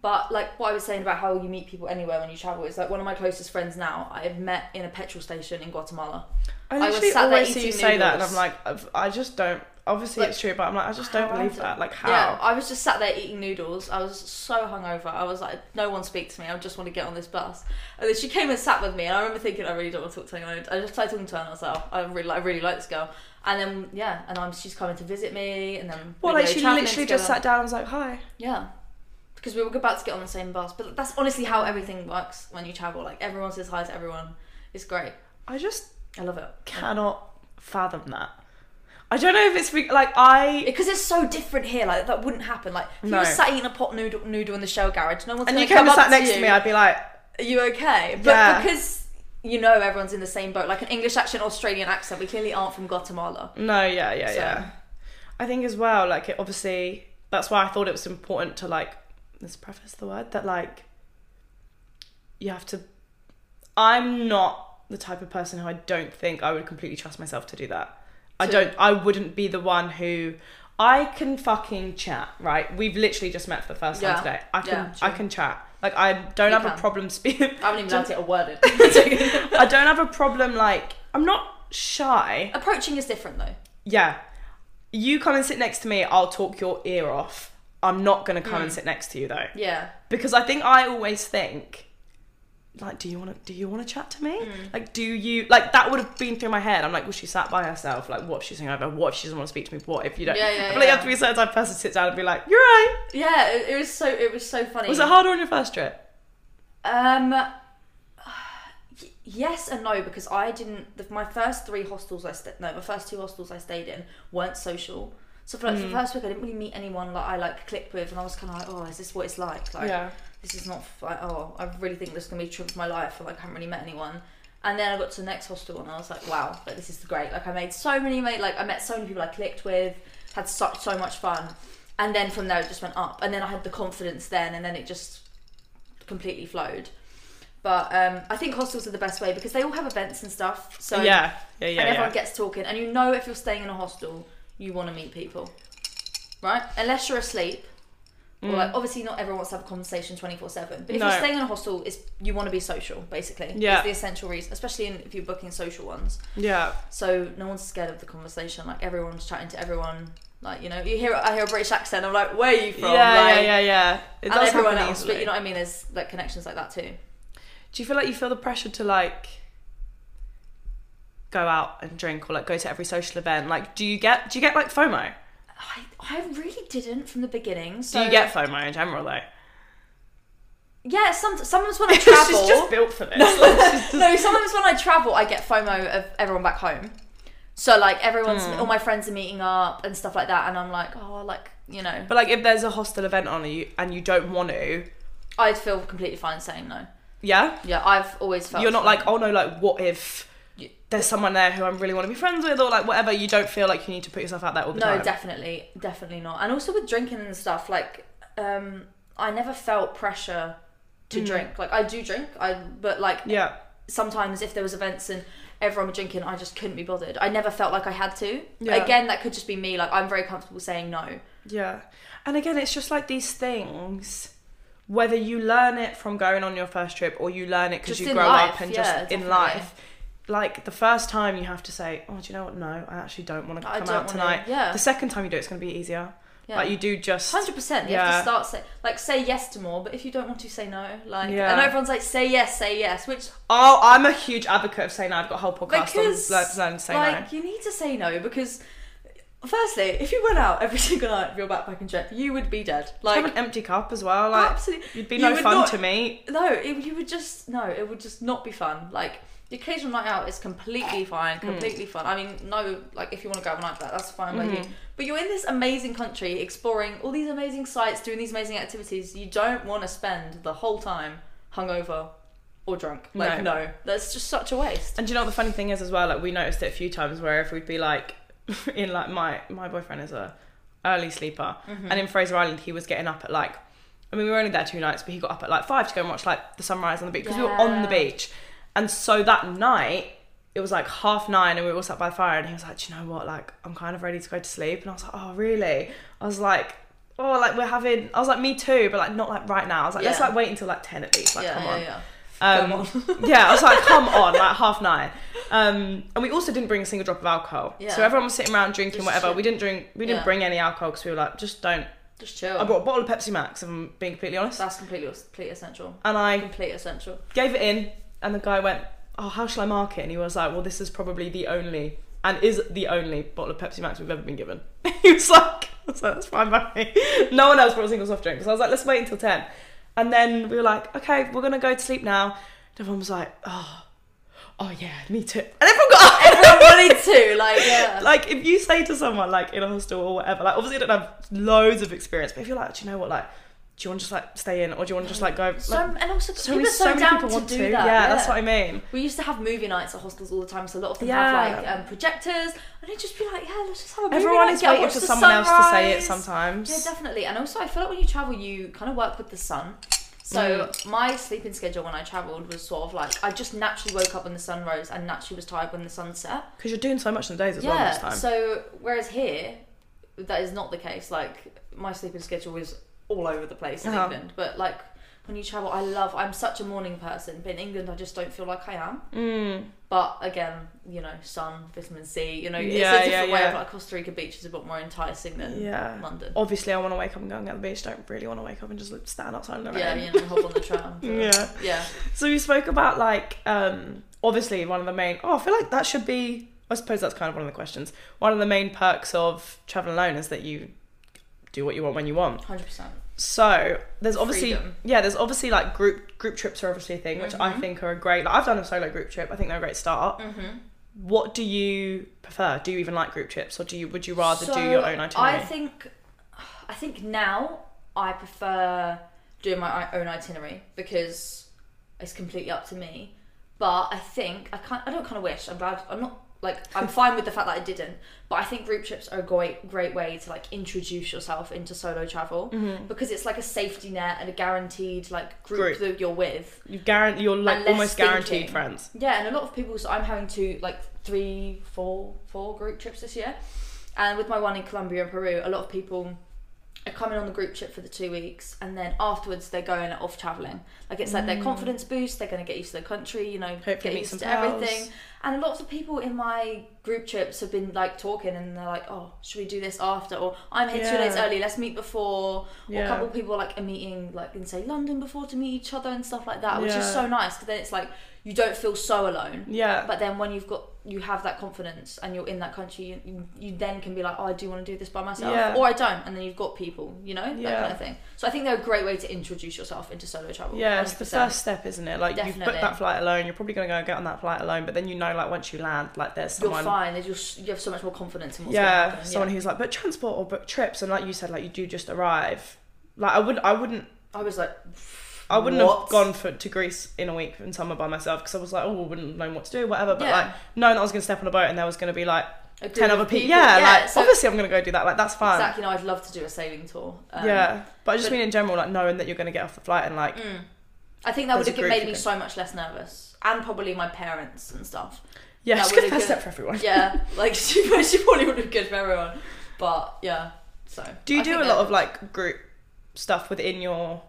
Speaker 2: But like what I was saying about how you meet people anywhere when you travel is like one of my closest friends now I have met in a petrol station in Guatemala.
Speaker 1: I
Speaker 2: was
Speaker 1: literally
Speaker 2: sat there
Speaker 1: always see
Speaker 2: eating
Speaker 1: you say that, and I'm
Speaker 2: noodles.
Speaker 1: like, I've- I just don't. Obviously,
Speaker 2: Like,
Speaker 1: it's true, but I'm like, I just don't
Speaker 2: How
Speaker 1: believe
Speaker 2: random.
Speaker 1: that. Like, how?
Speaker 2: Yeah, I was just sat there eating noodles. I was so hungover. I was like, no one speaks to me. I just want to get on this bus. And then she came and sat with me, and I remember thinking, I really don't want to talk to anyone. I just started talking to her, and I was like, oh, I really, I really like this girl. And then yeah, and I'm she's coming to visit me, and then we
Speaker 1: well, like
Speaker 2: go
Speaker 1: she
Speaker 2: travelling
Speaker 1: literally
Speaker 2: together.
Speaker 1: just sat down and was like, "Hi."
Speaker 2: Yeah. Because we were about to get on the same bus. But that's honestly how everything works when you travel. Like, everyone says hi to everyone. It's great.
Speaker 1: I just
Speaker 2: I love it.
Speaker 1: cannot fathom that. I don't know if it's be- like I
Speaker 2: Because it's so different here. Like, that wouldn't happen. Like, if you
Speaker 1: No.
Speaker 2: were sat eating a pot noodle, noodle in the shell garage, no
Speaker 1: and
Speaker 2: one's going
Speaker 1: you
Speaker 2: to
Speaker 1: came
Speaker 2: come
Speaker 1: and
Speaker 2: up
Speaker 1: sat next
Speaker 2: you.
Speaker 1: to me, I'd be like,
Speaker 2: Are you okay? But
Speaker 1: Yeah.
Speaker 2: because you know everyone's in the same boat, like an English accent, Australian accent, we clearly aren't from Guatemala.
Speaker 1: No, yeah, yeah,
Speaker 2: So-
Speaker 1: yeah. I think as well, like it obviously that's why I thought it was important to like let's preface the word that like you have to I'm not the type of person who I don't think I would completely trust myself to do that. I
Speaker 2: To-
Speaker 1: don't I wouldn't be the one who I can fucking chat, right? We've literally just met for the first
Speaker 2: Yeah.
Speaker 1: time today. I can
Speaker 2: Yeah, true.
Speaker 1: I can chat. Like I don't
Speaker 2: You
Speaker 1: have
Speaker 2: can.
Speaker 1: a problem speaking.
Speaker 2: I haven't even learned it a word.
Speaker 1: I don't have a problem like I'm not shy.
Speaker 2: Approaching is different, though.
Speaker 1: Yeah. You come and sit next to me, I'll talk your ear off. I'm not going to come and sit next to you though.
Speaker 2: Mm. Yeah.
Speaker 1: Because I think I always think like do you want to do you want to chat to me?
Speaker 2: Mm.
Speaker 1: Like do you like that would have been through my head. I'm like, well she sat by herself. Like what if she's over? What if she doesn't want to speak to me? What if you don't?
Speaker 2: Yeah, yeah,
Speaker 1: I feel like you have
Speaker 2: yeah.
Speaker 1: to be a certain type of person to sit down and be like, "You're right."
Speaker 2: Yeah, it, it was so it was so funny.
Speaker 1: Was it harder on your first trip?
Speaker 2: Um, y- yes and no because I didn't. The, my first three hostels I stayed no, my first two hostels I stayed in weren't social. So for like the first week, I didn't really meet anyone like I like clicked with, and I was kind of like, oh, is this what it's like? Like,
Speaker 1: Yeah.
Speaker 2: this is not f- like, oh, I really think this is gonna be true for my life, and like I haven't really met anyone. And then I got to the next hostel, and I was like, wow, like this is great. Like I made so many mate, like I met so many people I clicked with, had such so much fun. And then from there it just went up, and then I had the confidence then, and then it just completely flowed. But um, I think hostels are the best way because they all have events and stuff. So
Speaker 1: yeah. Yeah,
Speaker 2: and
Speaker 1: yeah,
Speaker 2: everyone
Speaker 1: yeah.
Speaker 2: gets talking, and you know if you're staying in a hostel, you want to meet people, right? Unless you're asleep, or like obviously not everyone wants to have a conversation twenty four seven. But if
Speaker 1: Mm. No.
Speaker 2: you're staying in a hostel, it's you want to be social basically.
Speaker 1: Yeah.
Speaker 2: it's the essential reason, especially in, if you're booking social ones.
Speaker 1: yeah.
Speaker 2: So no one's scared of the conversation. Like everyone's chatting to everyone. Like you know, you hear I hear a British accent. I'm like, where are you from?
Speaker 1: yeah,
Speaker 2: like,
Speaker 1: yeah, yeah, yeah. It
Speaker 2: and
Speaker 1: does
Speaker 2: everyone
Speaker 1: happen
Speaker 2: else.
Speaker 1: easily.
Speaker 2: But you know what I mean? There's like connections like that too.
Speaker 1: Do you feel like you feel the pressure to like go out and drink or like go to every social event? Like, do you get do you get like FOMO?
Speaker 2: I, I really didn't from the beginning. So
Speaker 1: Do you get FOMO in general though?
Speaker 2: yeah. Some, sometimes when I
Speaker 1: She's
Speaker 2: travel,
Speaker 1: just built for this. Like, she's just-
Speaker 2: no. Sometimes when I travel, I get FOMO of everyone back home. So like everyone's
Speaker 1: Hmm.
Speaker 2: all my friends are meeting up and stuff like that, and I'm like, oh, like you know,
Speaker 1: but like, if there's a hostel event on you and you don't want to,
Speaker 2: I'd feel completely fine saying no.
Speaker 1: yeah,
Speaker 2: Yeah, I've always felt
Speaker 1: you're not
Speaker 2: fine.
Speaker 1: like, oh no, like what if there's someone there who I really want to be friends with or like whatever. You don't feel like you need to put yourself out there all the
Speaker 2: no,
Speaker 1: time.
Speaker 2: definitely, definitely not. And also with drinking and stuff, like um, I never felt pressure to
Speaker 1: Hmm.
Speaker 2: drink. Like I do drink, I but like
Speaker 1: Yeah.
Speaker 2: sometimes if there was events and everyone were drinking, I just couldn't be bothered. I never felt like I had to.
Speaker 1: Yeah.
Speaker 2: Again, that could just be me. Like I'm very comfortable saying no.
Speaker 1: Yeah. And again, it's just like these things, whether you learn it from going on your first trip or you learn it because
Speaker 2: Just
Speaker 1: you
Speaker 2: in
Speaker 1: grow
Speaker 2: life,
Speaker 1: up and
Speaker 2: yeah,
Speaker 1: just
Speaker 2: definitely.
Speaker 1: in life. Like the first time you have to say, Oh, do you know what? No, I actually don't want to
Speaker 2: I
Speaker 1: come
Speaker 2: don't
Speaker 1: out
Speaker 2: wanna-
Speaker 1: tonight.
Speaker 2: yeah.
Speaker 1: The second time you do it, it's going to be easier.
Speaker 2: Yeah.
Speaker 1: Like you do just
Speaker 2: Hundred percent. You have
Speaker 1: Yeah.
Speaker 2: to start say like say yes to more, but if you don't want to, say no. Like
Speaker 1: Yeah.
Speaker 2: I know everyone's like say yes, say yes, which
Speaker 1: Oh, I'm a huge advocate of saying no. I've got a whole podcast
Speaker 2: because
Speaker 1: on learn, learn to say
Speaker 2: like
Speaker 1: no.
Speaker 2: you need to say no because firstly, if you went out every single night with your backpack and jet, you would be dead.
Speaker 1: have
Speaker 2: Like
Speaker 1: an empty cup as well. Like
Speaker 2: Absolutely.
Speaker 1: you'd be
Speaker 2: You
Speaker 1: no
Speaker 2: would
Speaker 1: fun
Speaker 2: not-
Speaker 1: to me.
Speaker 2: no, it, you would just no, it would just not be fun. Like the occasional night out is completely
Speaker 1: Mm.
Speaker 2: fine, completely fun. I mean, no, like if you want to go out night for that, that's fine by
Speaker 1: Mm-hmm.
Speaker 2: you. But you're in this amazing country, exploring all these amazing sites, doing these amazing activities. You don't want to spend the whole time hungover or drunk. Like
Speaker 1: No.
Speaker 2: no, that's just such a waste.
Speaker 1: And do you know what the funny thing is as well? Like we noticed it a few times where if we'd be like in like my my boyfriend is a early sleeper,
Speaker 2: Mm-hmm.
Speaker 1: and in Fraser Island he was getting up at like. I mean, we were only there two nights, but he got up at like five to go and watch like the sunrise on the beach because we were on the
Speaker 2: Yeah.
Speaker 1: beach, and so that night it was like half nine and we were all sat by the fire and he was like, "Do you know what? Like, I'm kind of ready to go to sleep." And I was like, "Oh, really?" I was like, "Oh, like we're having." I was like, "Me too," but like not like right now. I was like, "Let's
Speaker 2: Yeah.
Speaker 1: like wait until like ten at least." Like,
Speaker 2: yeah,
Speaker 1: Ah, come on.
Speaker 2: yeah, yeah.
Speaker 1: Um, yeah, I was like, come on, like half nine. Um, and we also didn't bring a single drop of alcohol.
Speaker 2: Yeah.
Speaker 1: So everyone was sitting around drinking
Speaker 2: Just
Speaker 1: whatever.
Speaker 2: shit.
Speaker 1: We didn't drink. We didn't
Speaker 2: Yeah.
Speaker 1: bring any alcohol because we were like, just don't.
Speaker 2: Just chill.
Speaker 1: I brought a bottle of Pepsi Max. If I'm being completely honest.
Speaker 2: That's completely complete essential.
Speaker 1: and I
Speaker 2: Complete essential.
Speaker 1: gave it in, and the guy went, "Oh, how shall I mark it?" And he was like, "Well, this is probably the only." And is the only bottle of Pepsi Max we've ever been given. he was like, I was like, that's fine by me. No one else brought a single soft drink. So I was like, let's wait until 10. And then we were like, okay, we're going to go to sleep now. And everyone was like, oh, oh yeah, me too. And everyone got up.
Speaker 2: I wanted to, like, yeah.
Speaker 1: like if you say to someone like in a hostel or whatever, like obviously I don't have loads of experience, but if you're like, do you know what, like, do you want to just like stay in or do you want to just like go?
Speaker 2: so,
Speaker 1: like,
Speaker 2: and also,
Speaker 1: so
Speaker 2: people
Speaker 1: many,
Speaker 2: are so,
Speaker 1: so many
Speaker 2: down
Speaker 1: people
Speaker 2: to
Speaker 1: want
Speaker 2: do
Speaker 1: to.
Speaker 2: that.
Speaker 1: yeah, that's what I mean.
Speaker 2: We used to have movie nights at hostels all the time, so a lot of them
Speaker 1: Yeah.
Speaker 2: have like um, projectors, and it'd just be like, yeah, let's just have a movie
Speaker 1: Everyone
Speaker 2: night,
Speaker 1: is
Speaker 2: get-
Speaker 1: waiting
Speaker 2: watch
Speaker 1: for
Speaker 2: the
Speaker 1: someone else to say it
Speaker 2: sunrise.
Speaker 1: sometimes.
Speaker 2: Yeah, definitely. And also, I feel like when you travel, you kind of work with the sun. So
Speaker 1: Mm.
Speaker 2: my sleeping schedule when I travelled was sort of like I just naturally woke up when the sun rose and naturally was tired when the sun set.
Speaker 1: Because you're doing so much in the days as well this
Speaker 2: Yeah.
Speaker 1: time.
Speaker 2: So whereas here, that is not the case. Like my sleeping schedule is all over the place in
Speaker 1: Uh-huh.
Speaker 2: England. But like when you travel, I love. I'm such a morning person, but in England, I just don't feel like I am.
Speaker 1: Mm.
Speaker 2: But again, you know, sun, vitamin C. You know,
Speaker 1: Yeah,
Speaker 2: it's a
Speaker 1: yeah,
Speaker 2: different way of
Speaker 1: yeah.
Speaker 2: like Costa Rica beach is a bit more enticing than
Speaker 1: yeah.
Speaker 2: Mm.
Speaker 1: Oh,
Speaker 2: London.
Speaker 1: Obviously, I want to wake up and go and get on the beach. Don't really want to wake up and just like, stand outside in the rain.
Speaker 2: yeah, you know, hop on the tram. but-
Speaker 1: Yeah.
Speaker 2: Yeah.
Speaker 1: So we spoke about like um obviously one of the main oh I feel like that should be I suppose that's kind of one of the questions. One of the main perks of traveling alone is that you do what you want when you want.
Speaker 2: Hundred percent.
Speaker 1: So there's obviously
Speaker 2: Freedom. Mm-hmm.
Speaker 1: yeah, there's obviously like group group trips are obviously a thing, which I think are a great like I've done a solo group trip, I think they're a great start. What do you prefer? Do you even like group trips or do you would you rather do your own itinerary?
Speaker 2: I think, I think now I prefer doing my i- own itinerary because it's completely up to me. But I think I can't. I don't kind of wish. I'm glad. I'm not like I'm fine with the fact that I didn't. But I think group trips are a great great way to like introduce yourself into solo travel because it's like a safety net and a guaranteed like
Speaker 1: Mm-hmm. Group.
Speaker 2: group. that you're with.
Speaker 1: you guarantee you're like
Speaker 2: and less
Speaker 1: almost guaranteed
Speaker 2: thinking.
Speaker 1: friends.
Speaker 2: Yeah, and a lot of people. So I'm having to like three, four, four group trips this year, and with my one in Colombia and Peru, a lot of people are coming on the group trip for the two weeks, and then afterwards they're going off traveling. Like it's like their confidence boost. They're going to get used to the country, you know,
Speaker 1: Mm. Hopefully
Speaker 2: get
Speaker 1: meet
Speaker 2: used
Speaker 1: some
Speaker 2: to
Speaker 1: pals.
Speaker 2: everything. And a lot of the people in my group trips have been like talking, and they're like, "Oh, should we do this after?" Or "I'm here two
Speaker 1: Yeah.
Speaker 2: days early. Let's meet before." Or
Speaker 1: Yeah.
Speaker 2: a couple of people like are meeting like in say London before to meet each other and stuff like that, which
Speaker 1: Yeah.
Speaker 2: is so nice because then it's like you don't feel so alone.
Speaker 1: Yeah.
Speaker 2: But then when you've got you have that confidence and you're in that country, you, you, you then can be like, oh, I do want to do this by myself,
Speaker 1: Yeah.
Speaker 2: or I don't, and then you've got people, you know, that
Speaker 1: Yeah.
Speaker 2: kind of thing. So I think they're a great way to introduce yourself into solo travel.
Speaker 1: Yeah, it's the
Speaker 2: 100%.
Speaker 1: first step, isn't it? Like you've booked
Speaker 2: Definitely.
Speaker 1: that flight alone, you're probably gonna go and get on that flight alone, but then you know, like once you land, like there's
Speaker 2: You're
Speaker 1: someone,
Speaker 2: fine. There's just you have so much more confidence in what's going to
Speaker 1: yeah,
Speaker 2: happen.
Speaker 1: someone
Speaker 2: yeah.
Speaker 1: who's like, but transport or book trips, and like you said, like you do just arrive. Like I would, I wouldn't,
Speaker 2: I was like,
Speaker 1: I wouldn't have
Speaker 2: What?
Speaker 1: gone for to Greece in a week in summer by myself because I was like, oh, I wouldn't know what to do, whatever. But
Speaker 2: Yeah.
Speaker 1: like knowing that I was gonna step on a boat and there was gonna be like
Speaker 2: A
Speaker 1: ten
Speaker 2: group
Speaker 1: other
Speaker 2: of
Speaker 1: people,
Speaker 2: people,
Speaker 1: yeah,
Speaker 2: yeah,
Speaker 1: like
Speaker 2: so-
Speaker 1: obviously I'm gonna go do that. Like that's fine.
Speaker 2: exactly. No, I'd love to do a sailing tour. Um,
Speaker 1: Yeah, but I just
Speaker 2: but- Mm,
Speaker 1: mean in general, like knowing that you're gonna get off the flight and like
Speaker 2: I think that
Speaker 1: There's
Speaker 2: would
Speaker 1: a
Speaker 2: have
Speaker 1: group
Speaker 2: made
Speaker 1: you
Speaker 2: me
Speaker 1: can-
Speaker 2: so much less nervous, and probably my parents and stuff.
Speaker 1: yeah,
Speaker 2: that
Speaker 1: it's a good
Speaker 2: would've
Speaker 1: first
Speaker 2: been-
Speaker 1: step for everyone.
Speaker 2: Yeah, like she, she probably would have good for everyone, but yeah. So
Speaker 1: Do you
Speaker 2: I
Speaker 1: do
Speaker 2: think
Speaker 1: a
Speaker 2: that-
Speaker 1: lot of like group stuff within your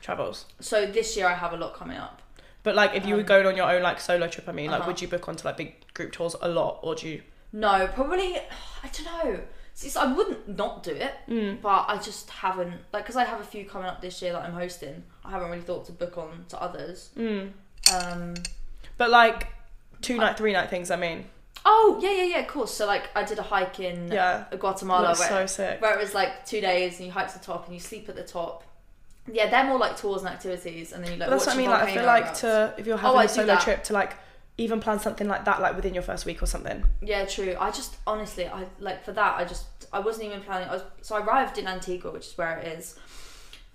Speaker 1: travels?
Speaker 2: So this year I have a lot coming up.
Speaker 1: But like, if you were going on your own like solo trip, I mean, like,
Speaker 2: Um. uh-huh.
Speaker 1: would you book onto like big group tours a lot, or do you?
Speaker 2: No, probably I don't know. See, so I wouldn't not do it, but I just haven't like because I have a few coming up this year that I'm hosting. I haven't really thought to book on to others. Um,
Speaker 1: But like two night, three night things. I mean,
Speaker 2: oh yeah, yeah, yeah, of course. So like I did a hike in
Speaker 1: Yeah.
Speaker 2: Guatemala
Speaker 1: That's
Speaker 2: where,
Speaker 1: so sick.
Speaker 2: where it was like two days and you hike to the top and you sleep at the top. Yeah, they're more like tours and activities, and then you like.
Speaker 1: But that's
Speaker 2: watch
Speaker 1: what I mean.
Speaker 2: a
Speaker 1: Like, I feel
Speaker 2: volcano
Speaker 1: like
Speaker 2: erupt.
Speaker 1: to if you're having
Speaker 2: Oh, I
Speaker 1: a
Speaker 2: do
Speaker 1: solo
Speaker 2: that.
Speaker 1: trip to like even plan something like that like within your first week or something.
Speaker 2: Yeah, true. I just honestly, I like for that. I just I wasn't even planning. I was, so I arrived in Antigua, which is where it is,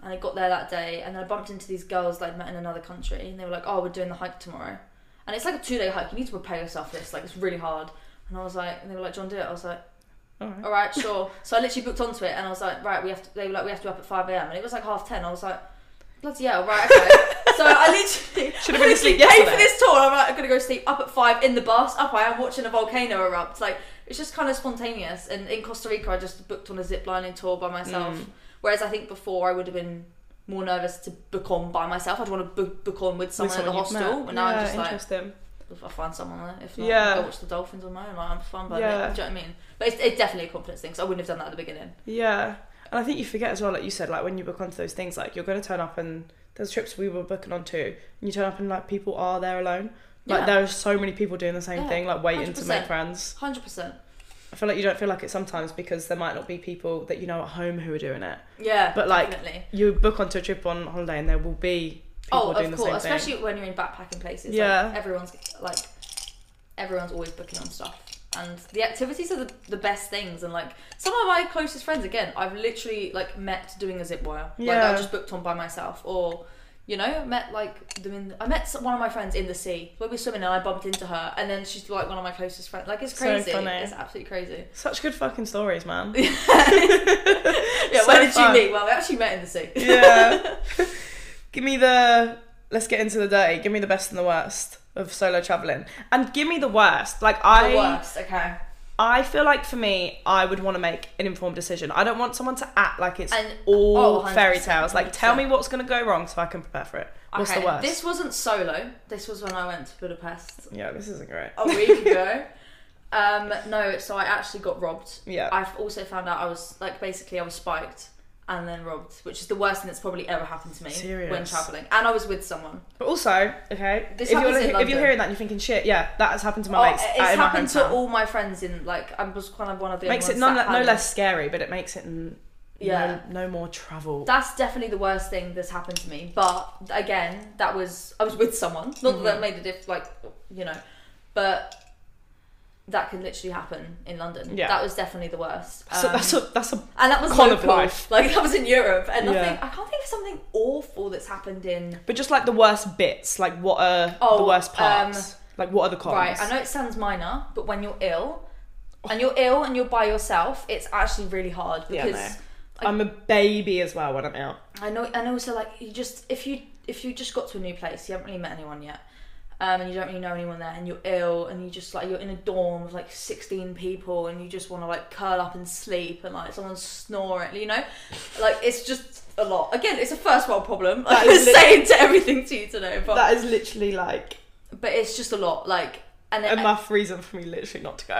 Speaker 2: and I got there that day, and then I bumped into these girls that I'd met in another country, and they were like, "Oh, we're doing the hike tomorrow," and it's like a two day hike. You need to prepare yourself for this. Like it's really hard. And I was like, and they were like, "John, do it." I was like,
Speaker 1: All right.
Speaker 2: "All right, sure." so I literally booked onto it, and I was like, "Right, we have to." They were like, "We have to be up at five a.m." And it was like half ten. I was like. Bloody hell, right, okay. so I literally
Speaker 1: Should have been asleep
Speaker 2: pay for
Speaker 1: yesterday.
Speaker 2: this tour. I'm like, I'm gonna go sleep up at five in the bus. Up I am watching a volcano erupt. Like it's just kind of spontaneous. And in Costa Rica, I just booked on a zip lining tour by myself.
Speaker 1: Mm.
Speaker 2: Whereas I think before I would have been more nervous to book on by myself. I'd want to book, book on with someone, at the
Speaker 1: you've
Speaker 2: hostel.
Speaker 1: met.
Speaker 2: And now
Speaker 1: yeah,
Speaker 2: I'm just like,
Speaker 1: interesting.
Speaker 2: if I find someone there, if not,
Speaker 1: Yeah.
Speaker 2: I'll go watch the dolphins on my own. Like I'm fun by
Speaker 1: Yeah.
Speaker 2: it. Do you know what I mean? But it's, it's definitely a confidence thing. So I wouldn't have done that at the beginning.
Speaker 1: Yeah, and I think you forget as well, like you said, like when you book onto those things, like you're going to turn up and there's trips we were booking on too, and you turn up and like people are there alone. Like
Speaker 2: Yeah.
Speaker 1: there are so many people doing the same
Speaker 2: Yeah,
Speaker 1: thing, like waiting to make
Speaker 2: 100%.
Speaker 1: friends.
Speaker 2: Hundred percent.
Speaker 1: I feel like you don't feel like it sometimes because there might not be people that you know at home who are doing it.
Speaker 2: Yeah.
Speaker 1: But like
Speaker 2: definitely.
Speaker 1: you book onto a trip on holiday and there will be people
Speaker 2: Oh,
Speaker 1: doing
Speaker 2: of
Speaker 1: the same
Speaker 2: course, especially
Speaker 1: thing.
Speaker 2: when you're in backpacking places.
Speaker 1: Yeah.
Speaker 2: like, everyone's like, everyone's always booking on stuff, and the activities are the, the best things. And like some of my closest friends, again, I've literally like met doing a zip wire. like,
Speaker 1: Yeah.
Speaker 2: I just booked on by myself, or you know, met like them in. I met some- one of my friends in the sea where we were swimming, and I bumped into her, and then she's like one of my closest friends. Like it's
Speaker 1: So
Speaker 2: crazy.
Speaker 1: funny.
Speaker 2: It's absolutely crazy.
Speaker 1: Such good fucking stories, man.
Speaker 2: Yeah,
Speaker 1: So
Speaker 2: where did
Speaker 1: fun.
Speaker 2: you meet? Well, we actually met in the sea.
Speaker 1: yeah. give me the. Let's get into the dirty. Give me the best and the worst of solo traveling, and give me the worst. Like I,
Speaker 2: the worst. Okay.
Speaker 1: I feel like for me, I would want to make an informed decision. I don't want someone to act like it's
Speaker 2: And-
Speaker 1: all
Speaker 2: oh, 100%,
Speaker 1: fairy tales. Like, tell me
Speaker 2: 100%.
Speaker 1: what's gonna go wrong so I can prepare for it. What's
Speaker 2: okay.
Speaker 1: the worst?
Speaker 2: This wasn't solo. This was when I went to Budapest.
Speaker 1: yeah, this isn't great.
Speaker 2: a week ago. Um, no, so I actually got robbed.
Speaker 1: Yeah.
Speaker 2: I've also found out I was like basically I was spiked and then robbed, which is the worst thing that's probably ever happened to me when
Speaker 1: Serious.
Speaker 2: traveling. And I was with someone.
Speaker 1: But also, okay,
Speaker 2: This
Speaker 1: if you're,
Speaker 2: happens in
Speaker 1: if
Speaker 2: London.
Speaker 1: you're hearing that and you're thinking, shit, yeah, that has happened to my
Speaker 2: Oh,
Speaker 1: mates.
Speaker 2: it's
Speaker 1: uh, in my
Speaker 2: happened to
Speaker 1: hometown.
Speaker 2: all my friends in like I was kind of one of the
Speaker 1: Makes it
Speaker 2: only
Speaker 1: none,
Speaker 2: ones
Speaker 1: le-
Speaker 2: that
Speaker 1: no
Speaker 2: had-
Speaker 1: less scary, but it makes it n-
Speaker 2: Yeah.
Speaker 1: no, no more travel.
Speaker 2: That's definitely the worst thing that's happened to me. But again, that was I was with someone. Not that
Speaker 1: Mm-hmm.
Speaker 2: that made a diff, like you know, but that could literally happen in London.
Speaker 1: Yeah.
Speaker 2: That was definitely the worst.
Speaker 1: so
Speaker 2: Um,
Speaker 1: that's a that's a
Speaker 2: and that was
Speaker 1: Con of
Speaker 2: local.
Speaker 1: life.
Speaker 2: Like that was in Europe, and nothing.
Speaker 1: Yeah.
Speaker 2: I can't think of something awful that's happened in.
Speaker 1: But just like the worst bits, like what are the
Speaker 2: Oh,
Speaker 1: worst
Speaker 2: um,
Speaker 1: parts? like what are the cons?
Speaker 2: Right, I know it sounds minor, but when you're ill, and you're ill and you're by yourself, it's actually really hard
Speaker 1: Yeah, I
Speaker 2: because I-
Speaker 1: am a baby as well when I'm out.
Speaker 2: I know, and also like you just if you if you just got to a new place, you haven't really met anyone yet, um, and you don't really know anyone there, and you're ill, and you just like you're in a dorm with like sixteen people, and you just want to like curl up and sleep, and like someone's snoring, you know, like it's just a lot. Again, it's a first world problem. I was
Speaker 1: is lit-
Speaker 2: saying to everything to you today, but
Speaker 1: That is literally like
Speaker 2: but it's just a lot. Like and then,
Speaker 1: enough reason for me literally not to go.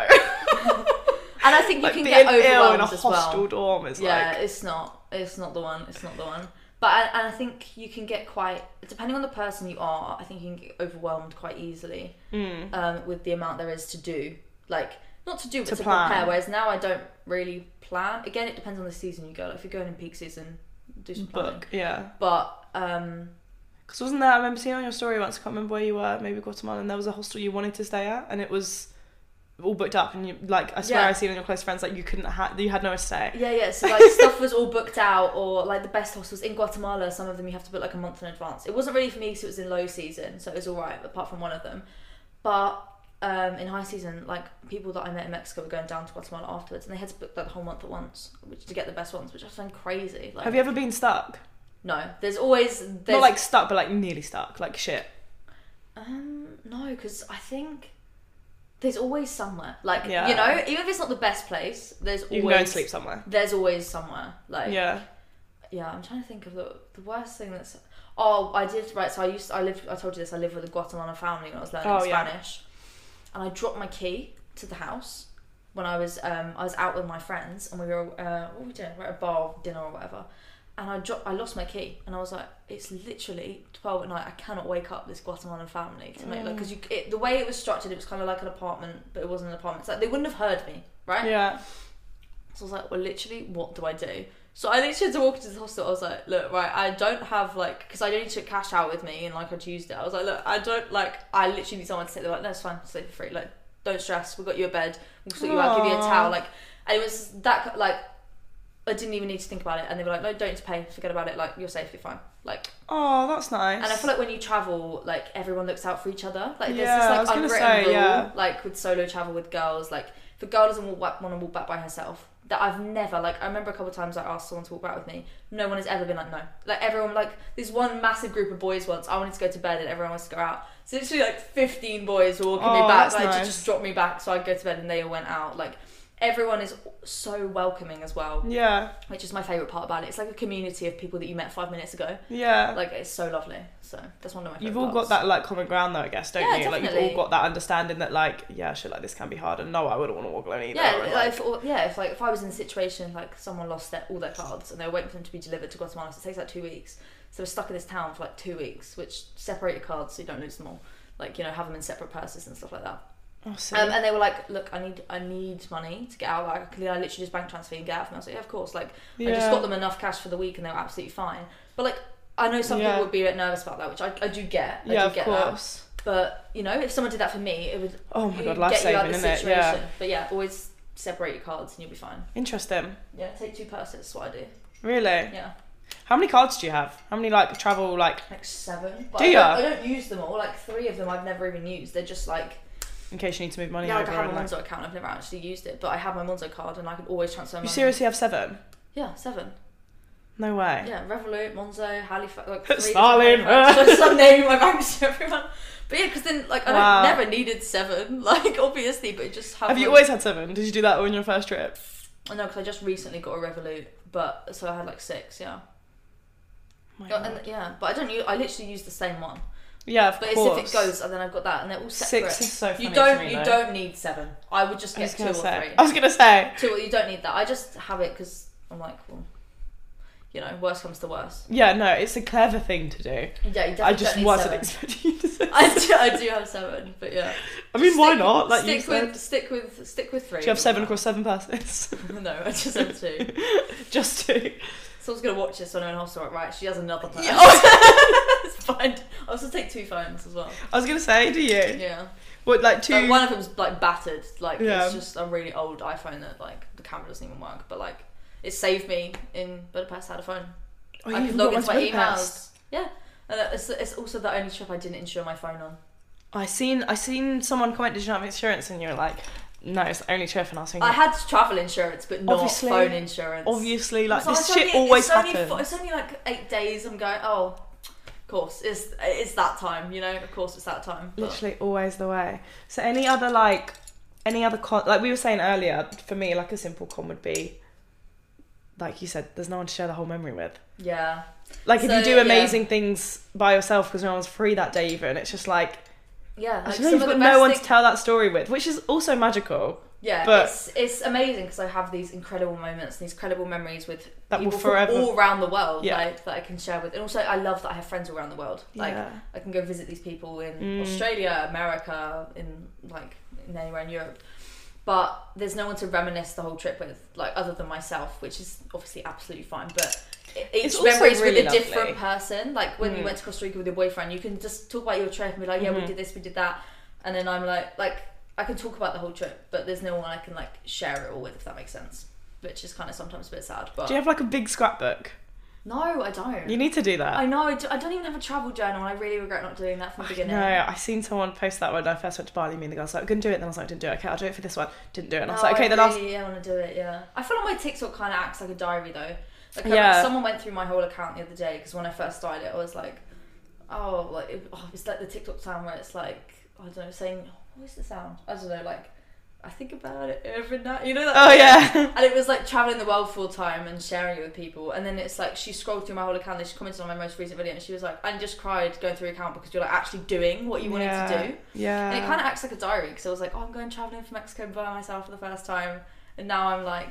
Speaker 2: and I think you
Speaker 1: like
Speaker 2: can
Speaker 1: being
Speaker 2: get
Speaker 1: ill
Speaker 2: overwhelmed
Speaker 1: in a
Speaker 2: as well.
Speaker 1: hostel dorm is
Speaker 2: Yeah,
Speaker 1: like
Speaker 2: it's not. It's not the one. It's not the one. But I, and I think you can get quite depending on the person you are. I think you can get overwhelmed quite easily
Speaker 1: Hmm.
Speaker 2: um, with the amount there is to do. Like not to do, but
Speaker 1: To
Speaker 2: to,
Speaker 1: plan.
Speaker 2: prepare. Whereas now I don't really plan. Again, it depends on the season you go. Like if you're going in peak season, do some planning.
Speaker 1: book. Yeah,
Speaker 2: But um,
Speaker 1: because wasn't there? I remember seeing on your story once. I can't remember where you were. Maybe Guatemala, and there was a hostel you wanted to stay at, and it was all booked up. And you like, I swear,
Speaker 2: Yeah.
Speaker 1: I seen on your close friends like you couldn't ha- you had nowhere to stay.
Speaker 2: yeah, yeah. So like stuff was all booked out, or like the best hostels in Guatemala. Some of them you have to book like a month in advance. It wasn't really for me because it was in low season, so it was all right, apart from one of them. But um, in high season, like people that I met in Mexico were going down to Guatemala afterwards, and they had to book like the whole month at once, which to get the best ones, which I find crazy. Like,
Speaker 1: Have you ever been stuck?
Speaker 2: No, there's always there's
Speaker 1: Not like stuck, but like nearly stuck, like shit.
Speaker 2: Um, no, because I think there's always somewhere. Like
Speaker 1: Yeah.
Speaker 2: you know, even if it's not the best place, there's
Speaker 1: You
Speaker 2: always
Speaker 1: can go and sleep somewhere.
Speaker 2: There's always somewhere. Like
Speaker 1: Yeah.
Speaker 2: yeah, I'm trying to think of the the worst thing that's. Oh, I did right. So I used I lived. I told you this. I lived with a Guatemalan family when I was learning
Speaker 1: Oh, yeah.
Speaker 2: Spanish, and I dropped my key to the house, when I was um, I was out with my friends and we were uh, what were we doing? We were at a bar dinner or whatever. And I dropped, I lost my key, and I was like, "It's literally twelve at night. I cannot wake up this Guatemalan family to make like because you it, the way it was structured, it was kind of like an apartment, but it wasn't an apartment. It's like they wouldn't have heard me, right?
Speaker 1: Yeah.
Speaker 2: So I was like, well, literally, what do I do? So I literally had to walk into the hospital. I was like, look, right, I don't have like, because I only took cash out with me and like I'd used it. I was like, look, I don't like, I literally need someone to sit there. Like, no, it's fine, sleep for free. Like, don't stress. We got you a bed. We'll sort you out. Give you a
Speaker 1: Aw.
Speaker 2: towel. Like, and it was that like, I didn't even need to think about it. And they were like, no, don't need to pay. Forget about it. Like, you're safe. You're fine. Like,
Speaker 1: Oh, that's nice.
Speaker 2: and I feel like when you travel, like everyone looks out for each other.
Speaker 1: Yeah, I
Speaker 2: Like there's
Speaker 1: was
Speaker 2: this like
Speaker 1: gonna
Speaker 2: unwritten
Speaker 1: say,
Speaker 2: rule,
Speaker 1: yeah.
Speaker 2: like with solo travel with girls, like if a girl doesn't walk back, want to walk back by herself, that I've never like I remember a couple of times I asked someone to walk back with me. No one has ever been like no. Like everyone like this one massive group of boys once I wanted to go to bed and everyone wants to go out. So literally like 15 boys were walking
Speaker 1: Oh,
Speaker 2: me back,
Speaker 1: that's
Speaker 2: like
Speaker 1: nice.
Speaker 2: to just drop me back, so I'd go to bed and they all went out. Like everyone is so welcoming as well,
Speaker 1: yeah.
Speaker 2: which is my favorite part about it. It's like a community of people that you met five minutes ago
Speaker 1: Yeah.
Speaker 2: like it's so lovely. So that's one of my.
Speaker 1: You've
Speaker 2: favourite
Speaker 1: all got
Speaker 2: parts.
Speaker 1: that like common ground though, I guess, don't
Speaker 2: Yeah,
Speaker 1: you? Like
Speaker 2: definitely.
Speaker 1: you've all got that understanding that like, yeah, shit, like this can be hard, and no, I wouldn't want to walk alone either.
Speaker 2: Yeah,
Speaker 1: and,
Speaker 2: like, if, or- yeah. If like if I was in a situation like someone lost their, all their cards and they were waiting for them to be delivered to Guatemala, so it takes like two weeks. So we're stuck in this town for like two weeks, which separate your cards so you don't lose them all. Like you know, have them in separate purses and stuff like that.
Speaker 1: Oh, see.
Speaker 2: Um, and they were like, "Look, I need, I need money to get out. Like, can I literally just bank transfer and get out?" And I was like, "Yeah, of course." Like, I
Speaker 1: Yeah.
Speaker 2: just got them enough cash for the week, and they were absolutely fine. But like, I know some
Speaker 1: Yeah.
Speaker 2: people would be a bit nervous about that, which I, I do get. I
Speaker 1: yeah,
Speaker 2: do
Speaker 1: of
Speaker 2: get That.
Speaker 1: course.
Speaker 2: But you know, if someone did that for me, it would.
Speaker 1: Oh my God,
Speaker 2: it would get you out
Speaker 1: life-saving,
Speaker 2: of the
Speaker 1: isn't it? Yeah.
Speaker 2: situation. But yeah, always separate your cards and you'll be fine.
Speaker 1: Interesting.
Speaker 2: Yeah, take two purses. That's what I do.
Speaker 1: Really?
Speaker 2: Yeah,
Speaker 1: How many cards do you have? How many like travel like
Speaker 2: like seven. But
Speaker 1: Do
Speaker 2: I
Speaker 1: ya?
Speaker 2: Don't, I don't use them all. Like three of them I've never even used. They're just like
Speaker 1: in case you need to move money
Speaker 2: yeah, like
Speaker 1: over
Speaker 2: I have
Speaker 1: and
Speaker 2: a
Speaker 1: like
Speaker 2: Monzo account. I've never actually used it, but I have my Monzo card and I can always transfer money.
Speaker 1: You seriously have seven?
Speaker 2: Yeah, seven.
Speaker 1: No way.
Speaker 2: Yeah, Revolut, Monzo, Halifax, like three
Speaker 1: Stalin.
Speaker 2: different bank accounts. Just I'm naming my banks to everyone. But yeah, because then like I don't-
Speaker 1: Wow.
Speaker 2: never needed seven, like obviously, but it just
Speaker 1: Have you
Speaker 2: like-
Speaker 1: always had seven? Did you do that on your first trip?
Speaker 2: Oh, No, because I just recently got a Revolut, but so I had like six, yeah.
Speaker 1: Oh My
Speaker 2: Yeah,
Speaker 1: God.
Speaker 2: and, yeah, but I don't. Use, I literally use the same one.
Speaker 1: yeah, of
Speaker 2: But it's
Speaker 1: course.
Speaker 2: if it goes, and then I've got that, and they're all separate.
Speaker 1: Six is so funny
Speaker 2: you
Speaker 1: to
Speaker 2: don't.
Speaker 1: me,
Speaker 2: you
Speaker 1: though.
Speaker 2: don't need seven. I would just
Speaker 1: I
Speaker 2: get
Speaker 1: was
Speaker 2: two
Speaker 1: gonna
Speaker 2: or
Speaker 1: say.
Speaker 2: three.
Speaker 1: I was gonna say.
Speaker 2: Two. or- You don't need that. I just have it because I'm like, well, you know, worst comes to worst.
Speaker 1: Yeah, no, it's a clever thing to do.
Speaker 2: Yeah, you definitely
Speaker 1: I just
Speaker 2: don't need
Speaker 1: wasn't
Speaker 2: seven.
Speaker 1: expecting you to say.
Speaker 2: I do, I do have seven, but yeah.
Speaker 1: I mean, why
Speaker 2: Stick-
Speaker 1: not? Like you
Speaker 2: stick
Speaker 1: said,
Speaker 2: with stick with stick with three.
Speaker 1: do you have seven across seven passes?
Speaker 2: No, I just have two.
Speaker 1: just two.
Speaker 2: Someone's gonna watch this when I'm in hospital, right? She has another plan. it's fine. I also take two phones as well.
Speaker 1: I was gonna say, do you?
Speaker 2: Yeah.
Speaker 1: What like two?
Speaker 2: Like one of them's like battered. Like
Speaker 1: Yeah.
Speaker 2: it's just a really old iPhone that like the camera doesn't even work. But like it saved me in Budapest. I had a phone.
Speaker 1: Oh,
Speaker 2: I
Speaker 1: you
Speaker 2: could
Speaker 1: even
Speaker 2: log
Speaker 1: got
Speaker 2: into
Speaker 1: one
Speaker 2: my
Speaker 1: to Budapest.
Speaker 2: emails. Yeah. And it's, it's also the only trip I didn't insure my phone on.
Speaker 1: I seen I seen someone comment, did you not have insurance? And you were like, no, it's the only trip. And I was thinking,
Speaker 2: I had travel insurance, but not
Speaker 1: Obviously.
Speaker 2: phone insurance.
Speaker 1: obviously, like
Speaker 2: So
Speaker 1: this
Speaker 2: it's
Speaker 1: shit
Speaker 2: only-
Speaker 1: always
Speaker 2: it's only,
Speaker 1: happens.
Speaker 2: fo- It's only like eight days. I'm going. Oh, of course. It's it's that time. You know. Of course, it's that time. But-
Speaker 1: Literally always the way. So any other like any other con like we were saying earlier, for me like a simple con would be like you said, there's no one to share the whole memory with.
Speaker 2: Yeah.
Speaker 1: Like if
Speaker 2: So,
Speaker 1: you do
Speaker 2: yeah.
Speaker 1: amazing things by yourself because no one's free that day even, it's just like,
Speaker 2: Yeah. Like
Speaker 1: actually, you've
Speaker 2: of
Speaker 1: got
Speaker 2: the
Speaker 1: no
Speaker 2: best
Speaker 1: one
Speaker 2: thing-
Speaker 1: to tell that story with, which is also magical.
Speaker 2: Yeah,
Speaker 1: But-
Speaker 2: it's it's amazing because I have these incredible moments, these incredible memories with
Speaker 1: That will
Speaker 2: people from
Speaker 1: forever-
Speaker 2: all around the world
Speaker 1: Yeah.
Speaker 2: like, that I can share with, and also I love that I have friends all around the world. Like
Speaker 1: Yeah. Mm.
Speaker 2: I can go visit these people in Australia, America, in like in anywhere in Europe. But there's no one to reminisce the whole trip with, like other than myself, which is obviously absolutely fine. But it- each
Speaker 1: It's also
Speaker 2: memory is
Speaker 1: really
Speaker 2: with a
Speaker 1: lovely. Mm.
Speaker 2: different person. Like when you went to Costa Rica with your boyfriend, you can just talk about your trip and be like, yeah,
Speaker 1: Mm-hmm.
Speaker 2: we did this, we did that, and then I'm like, like I can talk about the whole trip, but there's no one I can like share it all with, if that makes sense. Which is kind of sometimes a bit sad. But
Speaker 1: Do you have like a big scrapbook?
Speaker 2: no, I don't.
Speaker 1: You need to do
Speaker 2: I
Speaker 1: that.
Speaker 2: know. I, do, I don't even have a travel journal, and I really regret not doing that from the beginning.
Speaker 1: No, I seen someone post that when I first went to Bali. Me and the girls like, I couldn't do it. Then I was like, didn't do it. Okay, I'll do it for this one. Didn't do it. And I was
Speaker 2: No,
Speaker 1: like, okay,
Speaker 2: Oh, I
Speaker 1: the last.
Speaker 2: really, yeah, I want to do it. Yeah, I feel like my TikTok kind of acts like a diary though. Like, I-
Speaker 1: Yeah.
Speaker 2: someone went through my whole account the other day because when I first started, it, I was like, oh, like it, oh, it's like the TikTok sound where it's like I don't know, saying what is the sound? I don't know, like I think about it every night. You know that?
Speaker 1: Oh yeah.
Speaker 2: And it was like traveling the world full time and sharing it with people. And then it's like she scrolled through my whole account. Then she commented on my most recent video, and she was like, "I just cried going through your account because you're like actually doing what you wanted to do."
Speaker 1: Yeah.
Speaker 2: And it kind of acts like a diary because I was like, "Oh, I'm going traveling for Mexico by myself for the first time," and now I'm like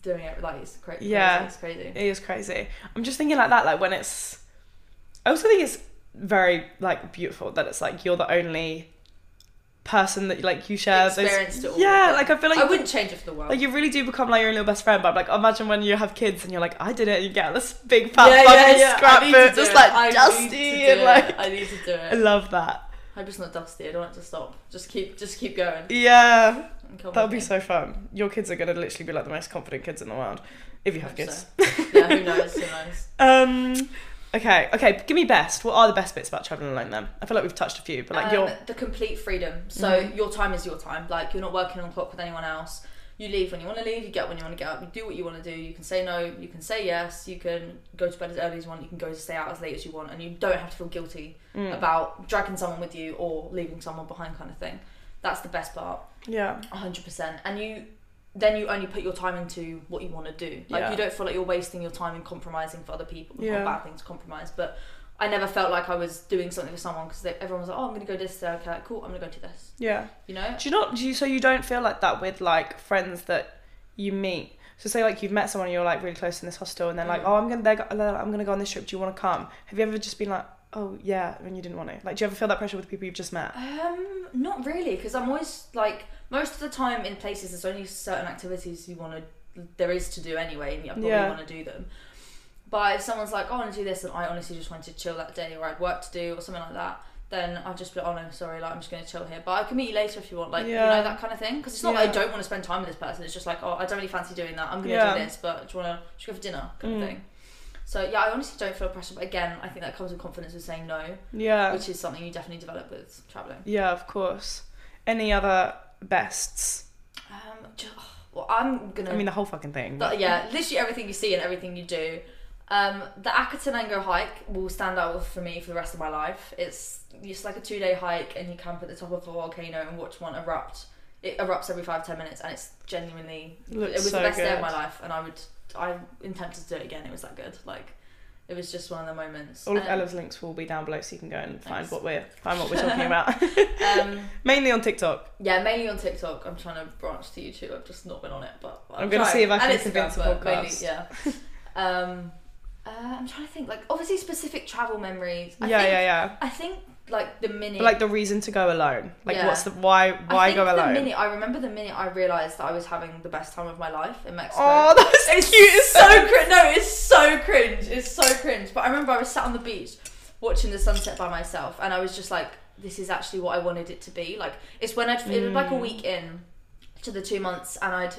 Speaker 2: doing it like it's cra- crazy.
Speaker 1: Yeah.
Speaker 2: it's crazy.
Speaker 1: It is crazy. I'm just thinking like that, like when it's. I also think it's very like beautiful that it's like you're the only person that like you share those-
Speaker 2: Experienced it all.
Speaker 1: Yeah, like I feel like
Speaker 2: I wouldn't change it for the world.
Speaker 1: Like you really do become like your own little best friend, but like imagine when you have kids and you're like, I did it, and you get this big fat
Speaker 2: Yeah, yeah,
Speaker 1: fucking
Speaker 2: yeah, I need to
Speaker 1: scrapbook,
Speaker 2: do
Speaker 1: just
Speaker 2: it.
Speaker 1: like
Speaker 2: I need to
Speaker 1: dusty
Speaker 2: do
Speaker 1: and
Speaker 2: it.
Speaker 1: like.
Speaker 2: I need to do
Speaker 1: I
Speaker 2: it.
Speaker 1: love that.
Speaker 2: I hope it's not dusty. I don't want it to stop. Just keep, just keep going. Oh
Speaker 1: Yeah,
Speaker 2: Come
Speaker 1: that would
Speaker 2: with
Speaker 1: be
Speaker 2: me.
Speaker 1: so fun. Your kids are gonna literally be like the most confident kids in the world, if you have
Speaker 2: Hope
Speaker 1: kids.
Speaker 2: so. yeah, who knows? Who knows?
Speaker 1: Um, okay, okay. Give me best. What are the best bits about traveling alone? Then I feel like we've touched a few, but like Mm-hmm.
Speaker 2: Um,
Speaker 1: your
Speaker 2: the complete freedom. So your time is your time. Like you're not working on clock with anyone else. You leave when you want to leave. You get when you want to get up. You do what you want to do. You can say no. You can say yes. You can go to bed as early as you want. You can go to stay out as late as you want, and you don't have to feel guilty
Speaker 1: Mm.
Speaker 2: about dragging someone with you or leaving someone behind, kind of thing. That's the best part.
Speaker 1: yeah,
Speaker 2: hundred percent. And you then you only put your time into what you want to do. Like
Speaker 1: Yeah.
Speaker 2: you don't feel like you're wasting your time and compromising for other people. Not
Speaker 1: Yeah.
Speaker 2: a bad thing to compromise, but I never felt like I was doing something for someone because everyone was like, "Oh, I'm gonna go this today. Okay, cool. I'm gonna go do this."
Speaker 1: yeah.
Speaker 2: You know?
Speaker 1: Do you not? Do you so you don't feel like that with like friends that you meet? So say like you've met someone you're like really close in this hostel, and they're like,
Speaker 2: Mm-hmm.
Speaker 1: oh, I'm gonna they're, go- they're like, I'm gonna go on this trip. Do you want to come? Have you ever just been like, oh yeah, when you didn't want to? Like, do you ever feel that pressure with people you've just met?
Speaker 2: Um, not really, because I'm always like most of the time in places there's only certain activities you want to there is to do anyway, and I probably
Speaker 1: Yeah.
Speaker 2: want to do them. But if someone's like, "Oh, I want to do this," and I honestly just wanted to chill that day, or I had work to do, or something like that, then I've just been, "Oh no, sorry, like I'm just going to chill here." But I can meet you later if you want, like you
Speaker 1: Yeah.
Speaker 2: know that kind of thing. Because it's not
Speaker 1: Yeah.
Speaker 2: that I don't want to spend time with this person. It's just like, "Oh, I don't really fancy doing that. I'm going to
Speaker 1: Yeah. Mm.
Speaker 2: do this, but do you want to should we go for dinner?" kind of thing. So yeah, I honestly don't feel pressure. But again, I think that comes with confidence with saying no,
Speaker 1: Yeah,
Speaker 2: which is something you definitely develop with traveling.
Speaker 1: yeah, of course. Any other bests?
Speaker 2: Um, ju- well, I'm gonna.
Speaker 1: I mean, the whole fucking thing.
Speaker 2: th- yeah, literally everything you see and everything you do. Um, the Akatenango hike will stand out for me for the rest of my life. It's just like a two day hike, and you camp at the top of a volcano and watch one erupt. It erupts every five ten minutes, and it's genuinely.
Speaker 1: Looks
Speaker 2: it was
Speaker 1: so
Speaker 2: the best day
Speaker 1: good.
Speaker 2: of my life, and I would. I intend to do it again. It was that good. Like, it was just one of the moments.
Speaker 1: All of
Speaker 2: And,
Speaker 1: Ella's links will be down below, so you can go and find
Speaker 2: Um, Thanks.
Speaker 1: what we're find what we're talking about.
Speaker 2: um,
Speaker 1: Mainly on TikTok.
Speaker 2: Yeah, mainly on TikTok. I'm trying to branch to YouTube. I've just not been on it, but I'm,
Speaker 1: gonna
Speaker 2: trying.
Speaker 1: see if I can
Speaker 2: and Instagram,
Speaker 1: convince the
Speaker 2: but mainly,
Speaker 1: podcast.
Speaker 2: Yeah. um, uh, I'm trying to think. Like, obviously, specific travel memories. I
Speaker 1: yeah,
Speaker 2: think,
Speaker 1: yeah, yeah.
Speaker 2: I think like the minute.
Speaker 1: But like the reason to go alone. Like,
Speaker 2: Yeah.
Speaker 1: what's the why? Why
Speaker 2: I think
Speaker 1: go
Speaker 2: the
Speaker 1: alone?
Speaker 2: Minute, I remember the minute I realised that I was having the best time of my life in Mexico.
Speaker 1: Oh, that's
Speaker 2: It's
Speaker 1: cute. It's
Speaker 2: so
Speaker 1: so.
Speaker 2: cringe. No, it's so cringe. It's so cringe. But I remember I was sat on the beach watching the sunset by myself, and I was just like, "This is actually what I wanted it to be." Like it's when I'd it was like a week in to the two months, and I'd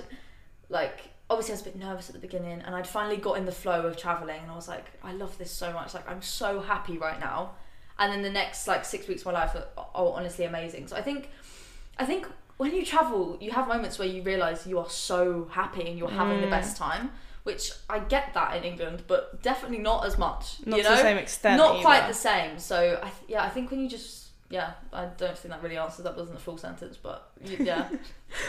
Speaker 2: like obviously I was a bit nervous at the beginning, and I'd finally got in the flow of traveling, and I was like, "I love this so much. Like I'm so happy right now." And then the next like six weeks of my life are, are honestly amazing. So I think I think when you travel, you have moments where you realise you are so happy and you're having
Speaker 1: Mm.
Speaker 2: the best time. Which I get that in England, but definitely not as much.
Speaker 1: Not
Speaker 2: you
Speaker 1: to
Speaker 2: know?
Speaker 1: the same extent
Speaker 2: Not quite
Speaker 1: either.
Speaker 2: the same. So I th- yeah, I think when you just yeah, I don't think that really answers. That wasn't a full sentence, but y- yeah.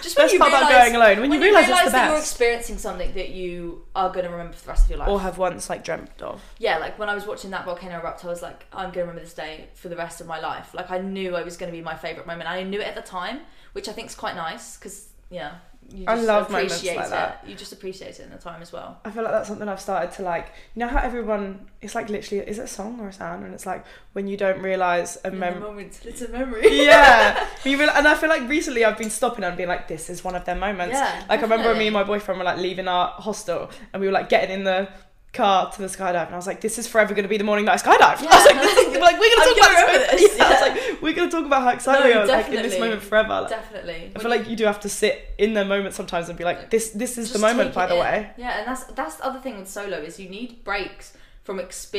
Speaker 2: just
Speaker 1: Best part about going alone, when you realise it's the
Speaker 2: that you're
Speaker 1: best.
Speaker 2: experiencing something that you are going to remember for the rest of your life
Speaker 1: Or have once like dreamt of.
Speaker 2: yeah, like when I was watching that volcano erupt, I was like, I'm gonna remember this day for the rest of my life. Like I knew it was gonna be my favorite moment. I knew it at the time, which I think is quite nice because yeah, you
Speaker 1: I
Speaker 2: just
Speaker 1: love moments
Speaker 2: appreciate
Speaker 1: like
Speaker 2: it.
Speaker 1: that.
Speaker 2: You just appreciate it in the time as well.
Speaker 1: I feel like that's something I've started to like. You know how everyone, it's like literally, is it a song or a sound? And it's like when you don't realize a
Speaker 2: In the
Speaker 1: memory.
Speaker 2: moment, it's a memory.
Speaker 1: yeah, When you reali- and I feel like recently I've been stopping and being like, this is one of their moments.
Speaker 2: Yeah,
Speaker 1: like I remember me
Speaker 2: definitely.
Speaker 1: and my boyfriend were like leaving our hostel, and we were like getting in the car to the skydive, and I was like, this is forever going to be the morning that I skydive. I was like, this is, like we're going to
Speaker 2: I'm
Speaker 1: talk about
Speaker 2: gonna
Speaker 1: this.
Speaker 2: remember
Speaker 1: moment."
Speaker 2: this,
Speaker 1: Yeah, I was
Speaker 2: yeah.
Speaker 1: like, we're going to talk about how excited
Speaker 2: No,
Speaker 1: we are like in this
Speaker 2: definitely.
Speaker 1: moment forever. Like,
Speaker 2: Definitely.
Speaker 1: I feel like you do have to sit in the moment sometimes and be like, this this is the
Speaker 2: Just
Speaker 1: moment,
Speaker 2: take
Speaker 1: by
Speaker 2: it
Speaker 1: the
Speaker 2: in.
Speaker 1: way.
Speaker 2: Yeah, and that's that's the other thing with solo is you need breaks from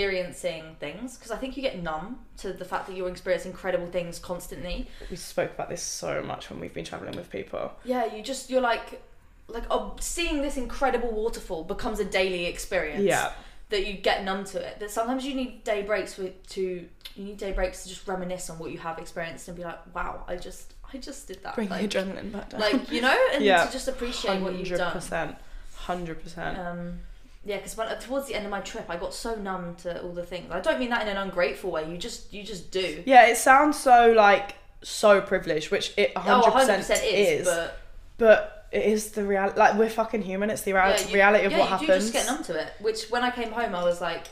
Speaker 2: experiencing things because I think you get numb to the fact that you're experiencing incredible things constantly.
Speaker 1: We spoke about this so much when we've been traveling with people.
Speaker 2: yeah you just you're like like oh, seeing this incredible waterfall becomes a daily experience
Speaker 1: Yeah.
Speaker 2: that you get numb to it that sometimes you need day breaks with to you need day breaks to just reminisce on what you have experienced and be like wow i just i I just did that.
Speaker 1: Bring
Speaker 2: like,
Speaker 1: the adrenaline back down.
Speaker 2: like you know, and
Speaker 1: Yeah.
Speaker 2: to just appreciate what you've
Speaker 1: hundred
Speaker 2: done.
Speaker 1: percent, hundred percent.
Speaker 2: Um, yeah, because towards the end of my trip, I got so numb to all the things. I don't mean that in an ungrateful way. You just you just do.
Speaker 1: Yeah, it sounds so like so privileged, which it
Speaker 2: Oh,
Speaker 1: hundred
Speaker 2: 100%
Speaker 1: percent
Speaker 2: is, but
Speaker 1: but it is the reality. Like we're fucking human. It's the real-
Speaker 2: yeah, you-
Speaker 1: reality of
Speaker 2: yeah,
Speaker 1: what
Speaker 2: you
Speaker 1: happens.
Speaker 2: do just get numb to it. Which when I came home, I was like,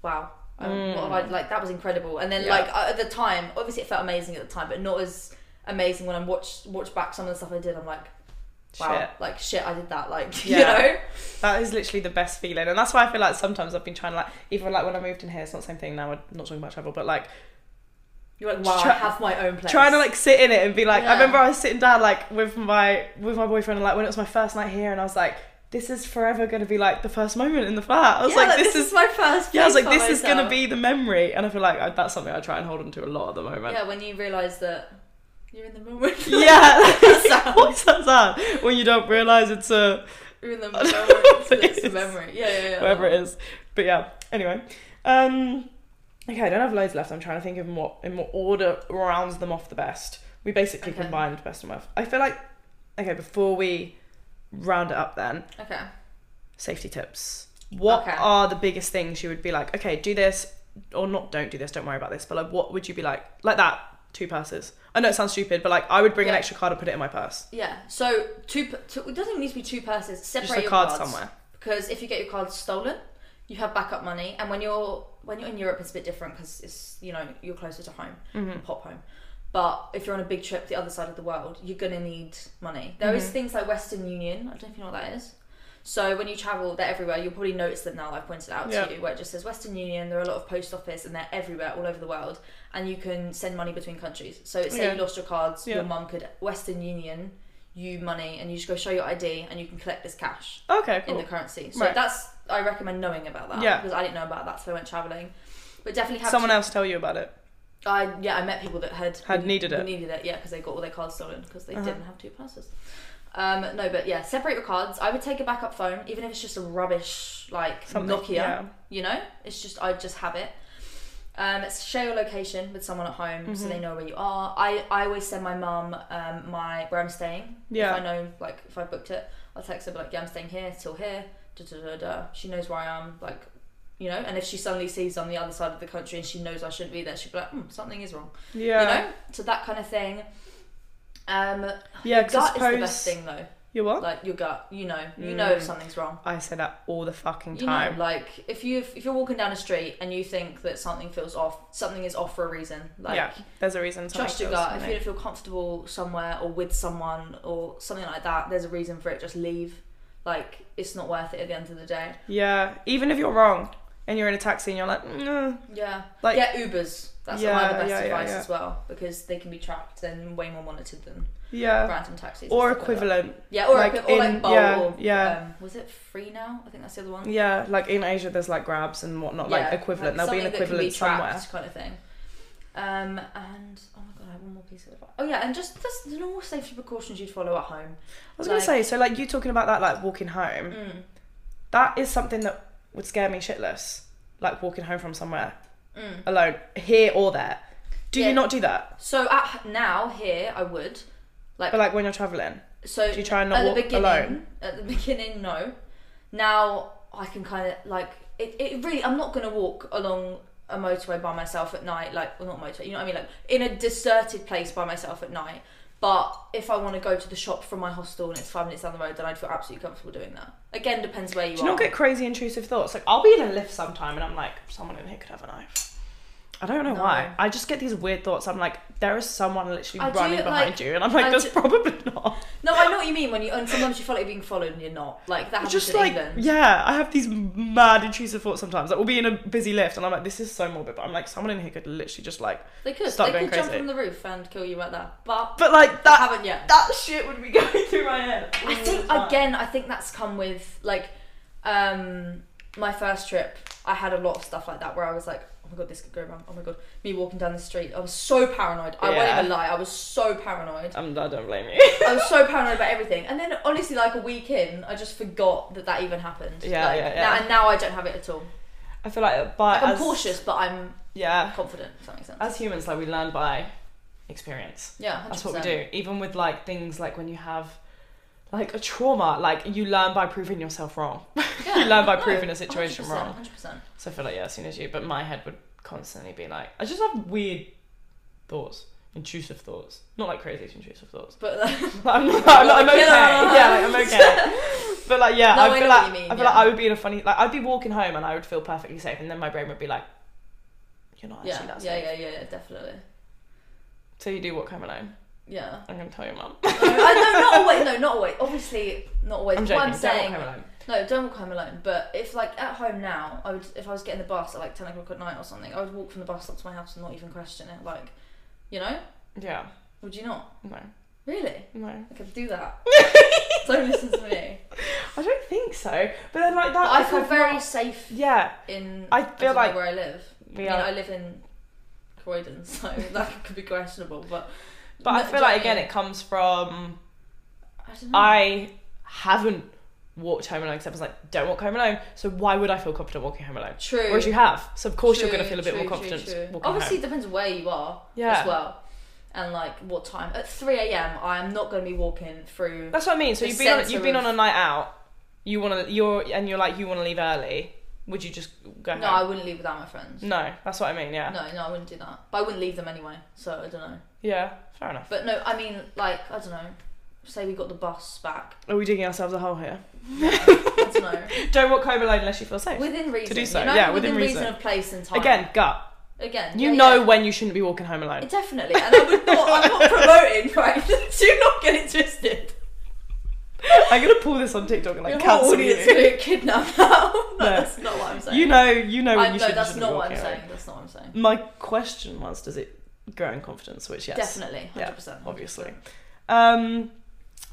Speaker 2: wow, I, what have I- like that was incredible. And then
Speaker 1: Mm. Yeah.
Speaker 2: like I- at the time, obviously it felt amazing at the time, but not as amazing when I watched watch back some of the stuff I did. I'm like, wow,
Speaker 1: Shit.
Speaker 2: like shit, I did that. Like you
Speaker 1: Yeah.
Speaker 2: know,
Speaker 1: That is literally the best feeling, and that's why I feel like sometimes I've been trying to like even like when I moved in here, it's not the same thing now. I'm not talking about travel, but like
Speaker 2: you're like wow,
Speaker 1: Try-
Speaker 2: I have my own place.
Speaker 1: trying to like sit in it and be like.
Speaker 2: Yeah.
Speaker 1: I remember I was sitting down like with my with my boyfriend like when it was my first night here, and I was like, this is forever gonna be like the first moment in the flat. I was
Speaker 2: yeah,
Speaker 1: like, this, is.
Speaker 2: my first.
Speaker 1: yeah, I was
Speaker 2: place
Speaker 1: like,
Speaker 2: by
Speaker 1: this is gonna
Speaker 2: myself.
Speaker 1: be the memory, and I feel like I, that's something I try and hold on to a lot at the moment.
Speaker 2: Yeah, when you realise that you're in the moment.
Speaker 1: Yeah,
Speaker 2: sound.
Speaker 1: what's that sound? When you don't realise it's uh, a
Speaker 2: you're in the
Speaker 1: I
Speaker 2: moment.
Speaker 1: don't know what it
Speaker 2: It's a
Speaker 1: is.
Speaker 2: memory. Yeah, yeah, yeah.
Speaker 1: wherever it is. But yeah, anyway. Um, okay, I don't have loads left. I'm trying to think of in what in what order rounds them off the best. We basically
Speaker 2: Okay.
Speaker 1: combined best and worst. I feel like okay. Before we round it up, then
Speaker 2: Okay.
Speaker 1: safety tips. What
Speaker 2: Okay.
Speaker 1: are the biggest things you would be like? Okay, do this or not. Don't do this. Don't worry about this. But like, what would you be like? Like that. Two purses. I know it sounds stupid, but like I would bring an
Speaker 2: Yeah.
Speaker 1: extra card and put it in my purse.
Speaker 2: Yeah. So two, p- two. It doesn't even need to be two purses. Separate
Speaker 1: Just a
Speaker 2: your
Speaker 1: card
Speaker 2: cards
Speaker 1: somewhere.
Speaker 2: Because if you get your cards stolen, you have backup money. And when you're when you're in Europe, it's a bit different because it's you know you're closer to home,
Speaker 1: Mm-hmm.
Speaker 2: pop home. But if you're on a big trip the other side of the world, you're gonna need money. There
Speaker 1: Mm-hmm.
Speaker 2: is things like Western Union. I don't know if you know what that is. So when you travel, they're everywhere. You'll probably notice them now. that I've pointed out
Speaker 1: Yeah.
Speaker 2: to you where it just says Western Union. There are a lot of post office, and they're everywhere, all over the world. And you can send money between countries. So it's say
Speaker 1: Yeah.
Speaker 2: you lost your cards,
Speaker 1: Yeah.
Speaker 2: your mum could Western Union you money, and you just go show your ID, and you can collect this cash
Speaker 1: Okay, cool.
Speaker 2: in the currency. So
Speaker 1: Right.
Speaker 2: that's I recommend knowing about that.
Speaker 1: Yeah.
Speaker 2: Because I didn't know about that, so I went traveling. But definitely have
Speaker 1: Someone
Speaker 2: to-
Speaker 1: else tell you about it.
Speaker 2: I yeah, I met people that had
Speaker 1: Had needed it. Uh-huh.
Speaker 2: Needed it, yeah, because they got all their cards stolen because they didn't have two passes. Um, no, but yeah, separate your cards. I would take a backup phone, even if it's just a rubbish like
Speaker 1: Something,
Speaker 2: Nokia.
Speaker 1: yeah.
Speaker 2: You know, it's just I'd just have it. Um, share your location with someone at home so
Speaker 1: Mm-hmm.
Speaker 2: they know where you are. I, I always send my mum um, my where I'm staying.
Speaker 1: Yeah.
Speaker 2: If I know like if I booked it, I'll text her be like yeah I'm staying here till here. Da, da, da, da. She knows where I am. Like you know, and if she suddenly sees on the other side of the country and she knows I shouldn't be there, she'd be like hmm, something is wrong.
Speaker 1: Yeah.
Speaker 2: You know, so that kind of thing. Um,
Speaker 1: Yeah, because I
Speaker 2: gut is
Speaker 1: suppose Mm.
Speaker 2: the best thing though.
Speaker 1: you what?
Speaker 2: Like your gut, you know, you know if something's wrong.
Speaker 1: I say that all the fucking
Speaker 2: You
Speaker 1: time.
Speaker 2: know, like if you if you're walking down a street and you think that something feels off, something is off for a reason. Like
Speaker 1: yeah, there's a reason. something
Speaker 2: trust your
Speaker 1: feels
Speaker 2: gut. If you
Speaker 1: something.
Speaker 2: don't feel comfortable somewhere or with someone or something like that, there's a reason for it. Just leave. Like it's not worth it at the end of the day.
Speaker 1: yeah, even if you're wrong and you're in a taxi and you're like, mm,
Speaker 2: Yeah.
Speaker 1: Like-
Speaker 2: Get Ubers. That's
Speaker 1: Yeah,
Speaker 2: my other best
Speaker 1: yeah, yeah,
Speaker 2: advice
Speaker 1: yeah.
Speaker 2: as well because they can be tracked and way more monitored than
Speaker 1: yeah,
Speaker 2: random taxis. and
Speaker 1: or
Speaker 2: stuff like that.
Speaker 1: equivalent.
Speaker 2: Yeah, or
Speaker 1: Like
Speaker 2: like, or
Speaker 1: in-
Speaker 2: like bowl.
Speaker 1: yeah,
Speaker 2: or,
Speaker 1: yeah.
Speaker 2: Um, was it free now? I think that's the other one.
Speaker 1: Yeah, like in Asia, there's like grabs and whatnot, like equivalent. There'll be an
Speaker 2: something that can
Speaker 1: equivalent somewhere.
Speaker 2: tracked Kind of thing. Um, and oh my god, I have one more piece of advice. Oh yeah, and just just the normal safety precautions you'd follow at home.
Speaker 1: I was gonna
Speaker 2: Like- Mm.
Speaker 1: say, so like you talking about that, like walking home, that is something that would scare me shitless. Like walking home from somewhere alone, here or there. Do
Speaker 2: Mm. Yeah.
Speaker 1: you not do that?
Speaker 2: So at now here, I would like
Speaker 1: But like when you're traveling,
Speaker 2: so.
Speaker 1: do you try and not
Speaker 2: at
Speaker 1: walk
Speaker 2: the beginning,
Speaker 1: alone?
Speaker 2: At the beginning, no. Now I can kind of like it. It really, I'm not gonna walk along a motorway by myself at night. Like, well, not motorway. You know what I mean? Like in a deserted place by myself at night. But if I want to go to the shop from my hostel and it's five minutes down the road, then I'd feel absolutely comfortable doing that. Again, depends where you
Speaker 1: Do
Speaker 2: are.
Speaker 1: you not get crazy intrusive thoughts? Like I'll be in a lift sometime and I'm like, someone in here could have a knife. I don't know
Speaker 2: No.
Speaker 1: why. I just get these weird thoughts. I'm like, there is someone literally
Speaker 2: I do,
Speaker 1: running behind
Speaker 2: like-
Speaker 1: you, and I'm like,
Speaker 2: I
Speaker 1: there's
Speaker 2: do-
Speaker 1: probably not.
Speaker 2: no, I know what you mean. When you and sometimes you feel like you're being followed and you're not. Like that happens
Speaker 1: Just
Speaker 2: in
Speaker 1: like,
Speaker 2: England.
Speaker 1: yeah, I have these mad intrusive thoughts sometimes. Like we'll be in a busy lift, and I'm like, this is so morbid, but I'm like, someone in here could literally just like,
Speaker 2: They could.
Speaker 1: Start
Speaker 2: they
Speaker 1: going
Speaker 2: could jump
Speaker 1: crazy.
Speaker 2: from the roof and kill you right there. But
Speaker 1: but like
Speaker 2: I
Speaker 1: that
Speaker 2: haven't yet.
Speaker 1: That shit would be going through my head.
Speaker 2: I think again, I think that's come with like um my first trip. I had a lot of stuff like that where I was like, oh my god, this could go wrong. Oh my god, me walking down the street. I was so paranoid. I won't
Speaker 1: Yeah.
Speaker 2: even lie. I was so paranoid.
Speaker 1: I'm, I don't blame you.
Speaker 2: I was so paranoid about everything. And then honestly, like a week in, I just forgot that that even happened.
Speaker 1: Yeah,
Speaker 2: like,
Speaker 1: yeah, yeah.
Speaker 2: now- and now I don't have it at all.
Speaker 1: I feel like, but
Speaker 2: I'm
Speaker 1: as,
Speaker 2: cautious, but I'm
Speaker 1: Yeah,
Speaker 2: confident. If that makes sense.
Speaker 1: as humans, like we learn by experience.
Speaker 2: Yeah, 100%.
Speaker 1: That's what we do. Even with like things like when you have like a trauma, like you learn by proving yourself wrong. you learn by proving a situation wrong.
Speaker 2: 100%.
Speaker 1: So I feel like yeah, as soon as you, but my head would constantly be like, I just have weird thoughts, intrusive thoughts, not like crazy intrusive thoughts.
Speaker 2: But uh,
Speaker 1: I'm, not, I'm, not, I'm
Speaker 2: Like,
Speaker 1: okay.
Speaker 2: yeah.
Speaker 1: Yeah, like, I'm okay. But like, yeah,
Speaker 2: No,
Speaker 1: I
Speaker 2: I
Speaker 1: feel
Speaker 2: know
Speaker 1: like
Speaker 2: what you mean,
Speaker 1: I feel
Speaker 2: yeah.
Speaker 1: like I would be in a funny like I'd be walking home and I would feel perfectly safe, and then my brain would be like, "You're not actually
Speaker 2: yeah,
Speaker 1: that safe."
Speaker 2: yeah, yeah, yeah, yeah, definitely.
Speaker 1: So you do walk home alone.
Speaker 2: Yeah.
Speaker 1: I'm gonna tell your mum.
Speaker 2: No, I, Uh, no, not always. No, not always. Obviously, not always.
Speaker 1: I'm
Speaker 2: What
Speaker 1: joking.
Speaker 2: I'm
Speaker 1: Don't
Speaker 2: saying,
Speaker 1: walk home alone.
Speaker 2: no, don't walk home alone. But if like at home now, I would if I was getting the bus at like ten o'clock at night or something, I would walk from the bus up to my house and not even question it. Like, you know,
Speaker 1: Yeah.
Speaker 2: would you not?
Speaker 1: No.
Speaker 2: Really?
Speaker 1: No.
Speaker 2: I could do that. don't listen to me.
Speaker 1: I don't think so. But then like that.
Speaker 2: But I
Speaker 1: like,
Speaker 2: feel
Speaker 1: I've
Speaker 2: very
Speaker 1: not-
Speaker 2: safe
Speaker 1: yeah.
Speaker 2: in.
Speaker 1: I
Speaker 2: don't
Speaker 1: feel
Speaker 2: know
Speaker 1: like
Speaker 2: where I live.
Speaker 1: we
Speaker 2: I mean,
Speaker 1: are-
Speaker 2: I live in Croydon, so that could be questionable. But
Speaker 1: But I
Speaker 2: No,
Speaker 1: feel
Speaker 2: do you know what I
Speaker 1: like again
Speaker 2: mean?
Speaker 1: it comes from
Speaker 2: I don't know.
Speaker 1: I haven't walked home alone except I was like, don't walk home alone. So why would I feel confident walking home alone?
Speaker 2: True.
Speaker 1: Whereas you have. So of course you're going to
Speaker 2: True,
Speaker 1: feel a bit
Speaker 2: true,
Speaker 1: more
Speaker 2: true,
Speaker 1: confident
Speaker 2: true.
Speaker 1: walking
Speaker 2: Obviously,
Speaker 1: home.
Speaker 2: it depends where you are
Speaker 1: Yeah.
Speaker 2: as well, and like what time. At three a.m., I am not going to be walking through.
Speaker 1: That's what I mean. So
Speaker 2: the
Speaker 1: you've been on,
Speaker 2: sense
Speaker 1: you've been
Speaker 2: of-
Speaker 1: on a night out. You want to you're and you're like you want to leave early. Would you just go
Speaker 2: No, I
Speaker 1: home?
Speaker 2: wouldn't leave without my friends.
Speaker 1: No, that's what I mean. Yeah.
Speaker 2: No, no, I wouldn't do that. But I wouldn't leave them anyway, so I don't know.
Speaker 1: Yeah. Fair enough.
Speaker 2: But no, I mean, like, I don't know. Say we got the bus back.
Speaker 1: Are we digging ourselves a hole here?
Speaker 2: I don't know.
Speaker 1: Don't walk home alone unless you feel safe.
Speaker 2: Within reason.
Speaker 1: do so,
Speaker 2: you know?
Speaker 1: yeah, within
Speaker 2: reason.
Speaker 1: reason.
Speaker 2: of place and time.
Speaker 1: Again, gut.
Speaker 2: Again.
Speaker 1: You
Speaker 2: yeah,
Speaker 1: know
Speaker 2: yeah.
Speaker 1: when you shouldn't be walking home alone.
Speaker 2: Definitely, and I would not, I'm not promoting, right? Do not get it twisted.
Speaker 1: I'm gonna pull this on TikTok and like
Speaker 2: Your whole
Speaker 1: cancel
Speaker 2: audience
Speaker 1: you.
Speaker 2: to kidnap now. no,
Speaker 1: No.
Speaker 2: that's not what I'm saying.
Speaker 1: You know, you know when
Speaker 2: I,
Speaker 1: you
Speaker 2: no,
Speaker 1: should.
Speaker 2: that's
Speaker 1: shouldn't
Speaker 2: not
Speaker 1: be
Speaker 2: what I'm
Speaker 1: walking alone.
Speaker 2: saying. That's not what I'm saying.
Speaker 1: My question was, does it grow in confidence? Which yes,
Speaker 2: Definitely,
Speaker 1: Yeah,
Speaker 2: hundred percent.
Speaker 1: obviously. Um,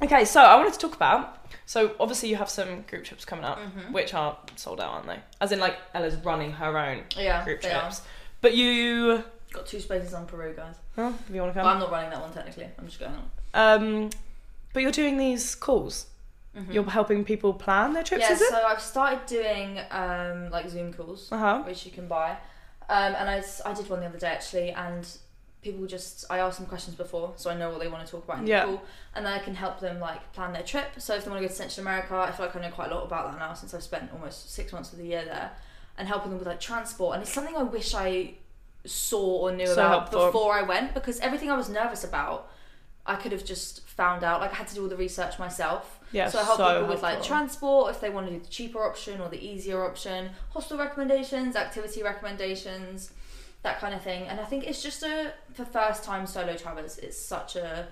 Speaker 1: okay, so I wanted to talk about. So obviously you have some group trips coming up,
Speaker 2: Mm-hmm.
Speaker 1: which are sold out, aren't they? As in, like Ella's running her own
Speaker 2: Yeah,
Speaker 1: group
Speaker 2: they are.
Speaker 1: trips. But you,
Speaker 2: Got two spaces on Peru, guys.
Speaker 1: huh, if you want to
Speaker 2: But
Speaker 1: come,
Speaker 2: I'm not running that one technically. I'm just going on.
Speaker 1: um, but you're doing these calls.
Speaker 2: Mm-hmm.
Speaker 1: You're helping people plan their trips,
Speaker 2: Yeah,
Speaker 1: is it?
Speaker 2: so I've started doing um, like Zoom calls,
Speaker 1: Uh-huh.
Speaker 2: which you can buy. Um, and I, s- I did one the other day actually, and people just I asked them questions before, so I know what they want to talk about in
Speaker 1: Yeah.
Speaker 2: the call, and then I can help them like plan their trip. So if they want to go to Central America, I feel like I know quite a lot about that now since I've spent almost six months of the year there, and helping them with like transport. And it's something I wish I saw or knew
Speaker 1: So
Speaker 2: about
Speaker 1: helpful.
Speaker 2: before I went because everything I was nervous about, I could have just found out. Like I had to do all the research myself.
Speaker 1: Yeah,
Speaker 2: so I help
Speaker 1: so
Speaker 2: people with like
Speaker 1: helpful.
Speaker 2: transport if they want to do the cheaper option or the easier option, hostel recommendations, activity recommendations, that kind of thing. And I think it's just a for first time solo travelers, it's such a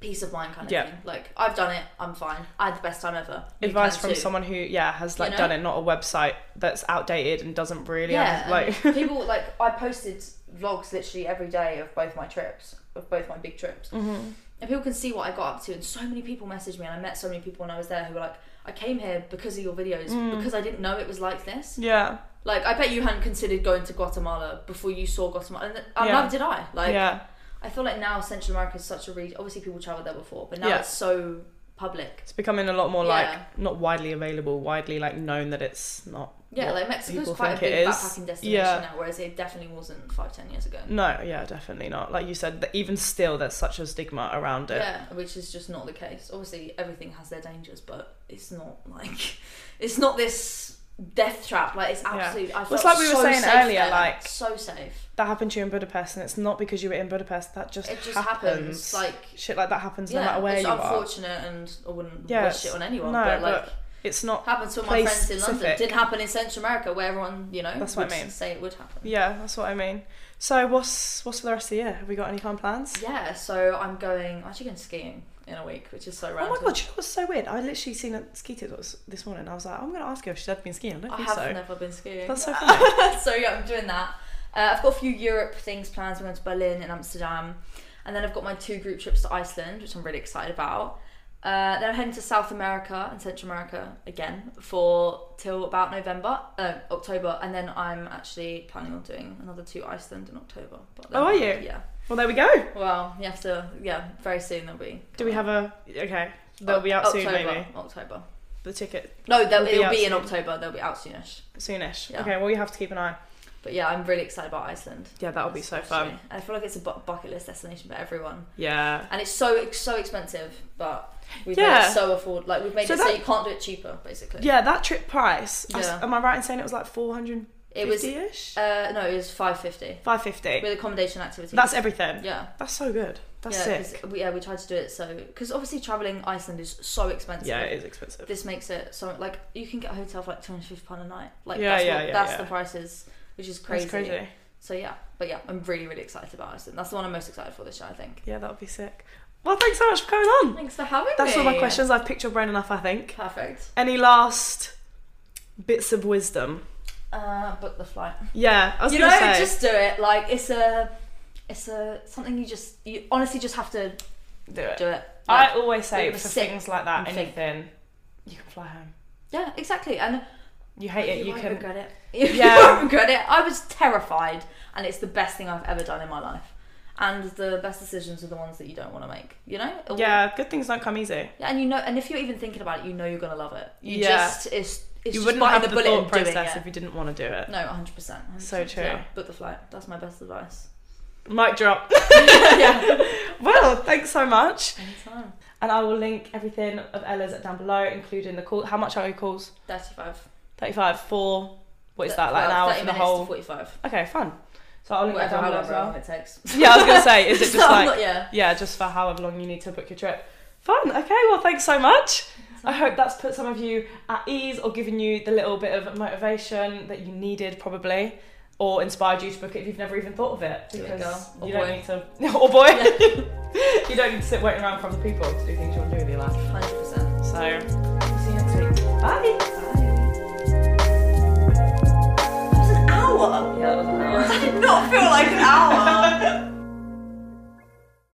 Speaker 2: peace of mind kind of
Speaker 1: Yeah.
Speaker 2: thing. Like I've done it, I'm fine. I had the best time ever. You
Speaker 1: Advice
Speaker 2: can
Speaker 1: from
Speaker 2: too.
Speaker 1: someone who, yeah, has like
Speaker 2: know?
Speaker 1: done it, not a website that's outdated and doesn't really,
Speaker 2: Yeah,
Speaker 1: have,
Speaker 2: and
Speaker 1: like,
Speaker 2: people like I posted vlogs literally every day of both my trips, of both my big trips,
Speaker 1: Mm-hmm.
Speaker 2: and people can see what I got up to. And so many people messaged me, and I met so many people when I was there who were like, "I came here because of your videos,
Speaker 1: Mm.
Speaker 2: because I didn't know it was like this."
Speaker 1: yeah.
Speaker 2: Like, I bet you hadn't considered going to Guatemala before you saw Guatemala, and I
Speaker 1: Yeah.
Speaker 2: love did I. Like,
Speaker 1: yeah,
Speaker 2: I feel like now Central America is such a region. Obviously, people traveled there before, but now
Speaker 1: Yeah.
Speaker 2: it's so public.
Speaker 1: it's becoming a lot more
Speaker 2: Yeah.
Speaker 1: like not widely available, widely like known that it's not.
Speaker 2: Yeah,
Speaker 1: what
Speaker 2: like Mexico's
Speaker 1: people
Speaker 2: quite a
Speaker 1: think
Speaker 2: big
Speaker 1: it is.
Speaker 2: backpacking destination
Speaker 1: Yeah.
Speaker 2: now, whereas it definitely wasn't five, ten years ago.
Speaker 1: No, yeah, definitely not. Like you said, that even still, there's such a stigma around it.
Speaker 2: Yeah, which is just not the case. Obviously, everything has their dangers, but it's not like it's not this death trap. Like it's absolute. I
Speaker 1: Well, it's
Speaker 2: felt
Speaker 1: like we were
Speaker 2: so
Speaker 1: saying
Speaker 2: safe
Speaker 1: earlier,
Speaker 2: there,
Speaker 1: like-
Speaker 2: so safe.
Speaker 1: That happened to you in Budapest, and it's not because you were in Budapest. That just
Speaker 2: It just
Speaker 1: happens.
Speaker 2: happens, like-
Speaker 1: shit like that happens
Speaker 2: Yeah,
Speaker 1: no matter where
Speaker 2: it's
Speaker 1: you are.
Speaker 2: unfortunate, and I wouldn't
Speaker 1: Yeah,
Speaker 2: wish it
Speaker 1: it's-
Speaker 2: on anyone.
Speaker 1: no,
Speaker 2: but like
Speaker 1: but It's not.
Speaker 2: happened to all my
Speaker 1: place
Speaker 2: friends in London.
Speaker 1: specific.
Speaker 2: Didn't happen in Central America, where everyone you know
Speaker 1: That's what I
Speaker 2: would
Speaker 1: mean.
Speaker 2: say it would happen.
Speaker 1: Yeah, that's what I mean. So what's what's for the rest of the year? Have we got any fun plans?
Speaker 2: Yeah, so I'm going. I'm actually going skiing in a week, which is so
Speaker 1: Oh
Speaker 2: random.
Speaker 1: my god, you know what's so weird? I literally seen a ski tips this morning. I was like, I'm gonna ask you if she'd ever been skiing. I don't
Speaker 2: I
Speaker 1: think
Speaker 2: have
Speaker 1: so.
Speaker 2: never been skiing.
Speaker 1: That's so funny.
Speaker 2: so yeah, I'm doing that. Uh, I've got a few Europe things planned. I'm going to Berlin and Amsterdam, and then I've got my two group trips to Iceland, which I'm really excited about. Uh, then I'm heading to South America and Central America again for till about November, uh, October, and then I'm actually planning on doing another two Iceland in October. But then-
Speaker 1: Oh, are you?
Speaker 2: Yeah.
Speaker 1: well, there we go.
Speaker 2: Well, you have to. Yeah, very soon they'll be.
Speaker 1: Do we have a okay? They'll be out
Speaker 2: October,
Speaker 1: soon, maybe.
Speaker 2: October.
Speaker 1: The ticket
Speaker 2: No, they'll,
Speaker 1: Will be
Speaker 2: it'll
Speaker 1: out
Speaker 2: be in
Speaker 1: soon.
Speaker 2: October. They'll be out soonish.
Speaker 1: soonish.
Speaker 2: Yeah.
Speaker 1: Okay, well you have to keep an eye.
Speaker 2: But yeah, I'm really excited about Iceland.
Speaker 1: Yeah, that'll be so
Speaker 2: especially.
Speaker 1: fun.
Speaker 2: I feel like it's a bu- bucket list destination for everyone,
Speaker 1: Yeah.
Speaker 2: and it's so it's so expensive, but we've made
Speaker 1: Yeah.
Speaker 2: it so afford. Like we've made
Speaker 1: So
Speaker 2: it so
Speaker 1: that-
Speaker 2: you can't do it cheaper, basically.
Speaker 1: Yeah, that trip price. I s-
Speaker 2: Yeah.
Speaker 1: am I right in saying it was like 450
Speaker 2: It was-
Speaker 1: ish?
Speaker 2: Uh, no, it was five fifty
Speaker 1: 550.
Speaker 2: with accommodation activities.
Speaker 1: That's everything.
Speaker 2: yeah.
Speaker 1: That's so good. That's
Speaker 2: yeah, 'cause
Speaker 1: sick.
Speaker 2: We, yeah, we tried to do it so because obviously traveling Iceland is so expensive.
Speaker 1: Yeah, it is expensive.
Speaker 2: This makes it so like you can get a hotel for like two hundred fifty pound a night. Like
Speaker 1: Yeah,
Speaker 2: that's
Speaker 1: yeah,
Speaker 2: what,
Speaker 1: yeah,
Speaker 2: that's
Speaker 1: yeah.
Speaker 2: the prices, which is crazy.
Speaker 1: That's crazy.
Speaker 2: So yeah, but yeah, I'm really really excited about Iceland. That's the one I'm most excited for this year, I think.
Speaker 1: Yeah, that would be sick. Well, thanks so much for coming on.
Speaker 2: Thanks for having me.
Speaker 1: That's all my questions. I've picked your brain enough, I think.
Speaker 2: Perfect.
Speaker 1: Any last bits of wisdom?
Speaker 2: Uh, book the flight.
Speaker 1: Yeah, I was
Speaker 2: You know,
Speaker 1: gonna say.
Speaker 2: just do it. Like it's a, it's a something you just you honestly just have to
Speaker 1: do it.
Speaker 2: do it. Like,
Speaker 1: I always
Speaker 2: we
Speaker 1: say
Speaker 2: were
Speaker 1: for
Speaker 2: sick
Speaker 1: things like that,
Speaker 2: and sick.
Speaker 1: anything, you can fly home.
Speaker 2: yeah, exactly. And
Speaker 1: You hate it, you
Speaker 2: won't
Speaker 1: can.
Speaker 2: regret it.
Speaker 1: Yeah.
Speaker 2: you won't regret it. I was terrified, and it's the best thing I've ever done in my life. And the best decisions are the ones that you don't want to make. You know?
Speaker 1: Yeah, good things don't come easy.
Speaker 2: Yeah, And you know, and if you're even thinking about it, you know you're gonna love it. You
Speaker 1: Yeah.
Speaker 2: just it's it's
Speaker 1: You
Speaker 2: just
Speaker 1: wouldn't
Speaker 2: biting
Speaker 1: have
Speaker 2: the
Speaker 1: the,
Speaker 2: bullet
Speaker 1: thought
Speaker 2: and doing
Speaker 1: process
Speaker 2: it.
Speaker 1: if you didn't want to do it.
Speaker 2: No, 100%. 100%.
Speaker 1: So true.
Speaker 2: Yeah, book the flight. That's my best advice.
Speaker 1: Mic drop. Well, thanks so much.
Speaker 2: Anytime.
Speaker 1: And I will link everything of Ella's down below, including the call. How much are your calls?
Speaker 2: 35.
Speaker 1: 35 for what is
Speaker 2: Th-
Speaker 1: that like an
Speaker 2: well,
Speaker 1: hour for
Speaker 2: 30
Speaker 1: the
Speaker 2: minutes to
Speaker 1: whole?
Speaker 2: 45.
Speaker 1: Okay, fun. So I'll link that
Speaker 2: Whatever,
Speaker 1: down below as
Speaker 2: however long
Speaker 1: well.
Speaker 2: it takes.
Speaker 1: Yeah, I was gonna say, is it
Speaker 2: So
Speaker 1: just like
Speaker 2: I'm not- yeah.
Speaker 1: yeah, just for however long you need to book your trip? Fun. Okay, well, thanks so much. I hope that's put some of you at ease or given you the little bit of motivation that you needed, probably, or inspired you to book it if you've never even thought of it.
Speaker 2: Do it,
Speaker 1: Because
Speaker 2: girl. Or
Speaker 1: you
Speaker 2: boy.
Speaker 1: don't need to, or boy, you don't need to sit waiting around for other people to do things you want to do with your life.
Speaker 2: 100%.
Speaker 1: So, see you next week. Bye.
Speaker 2: An hour?
Speaker 1: Yeah, that was an hour.
Speaker 2: I did not feel like an hour.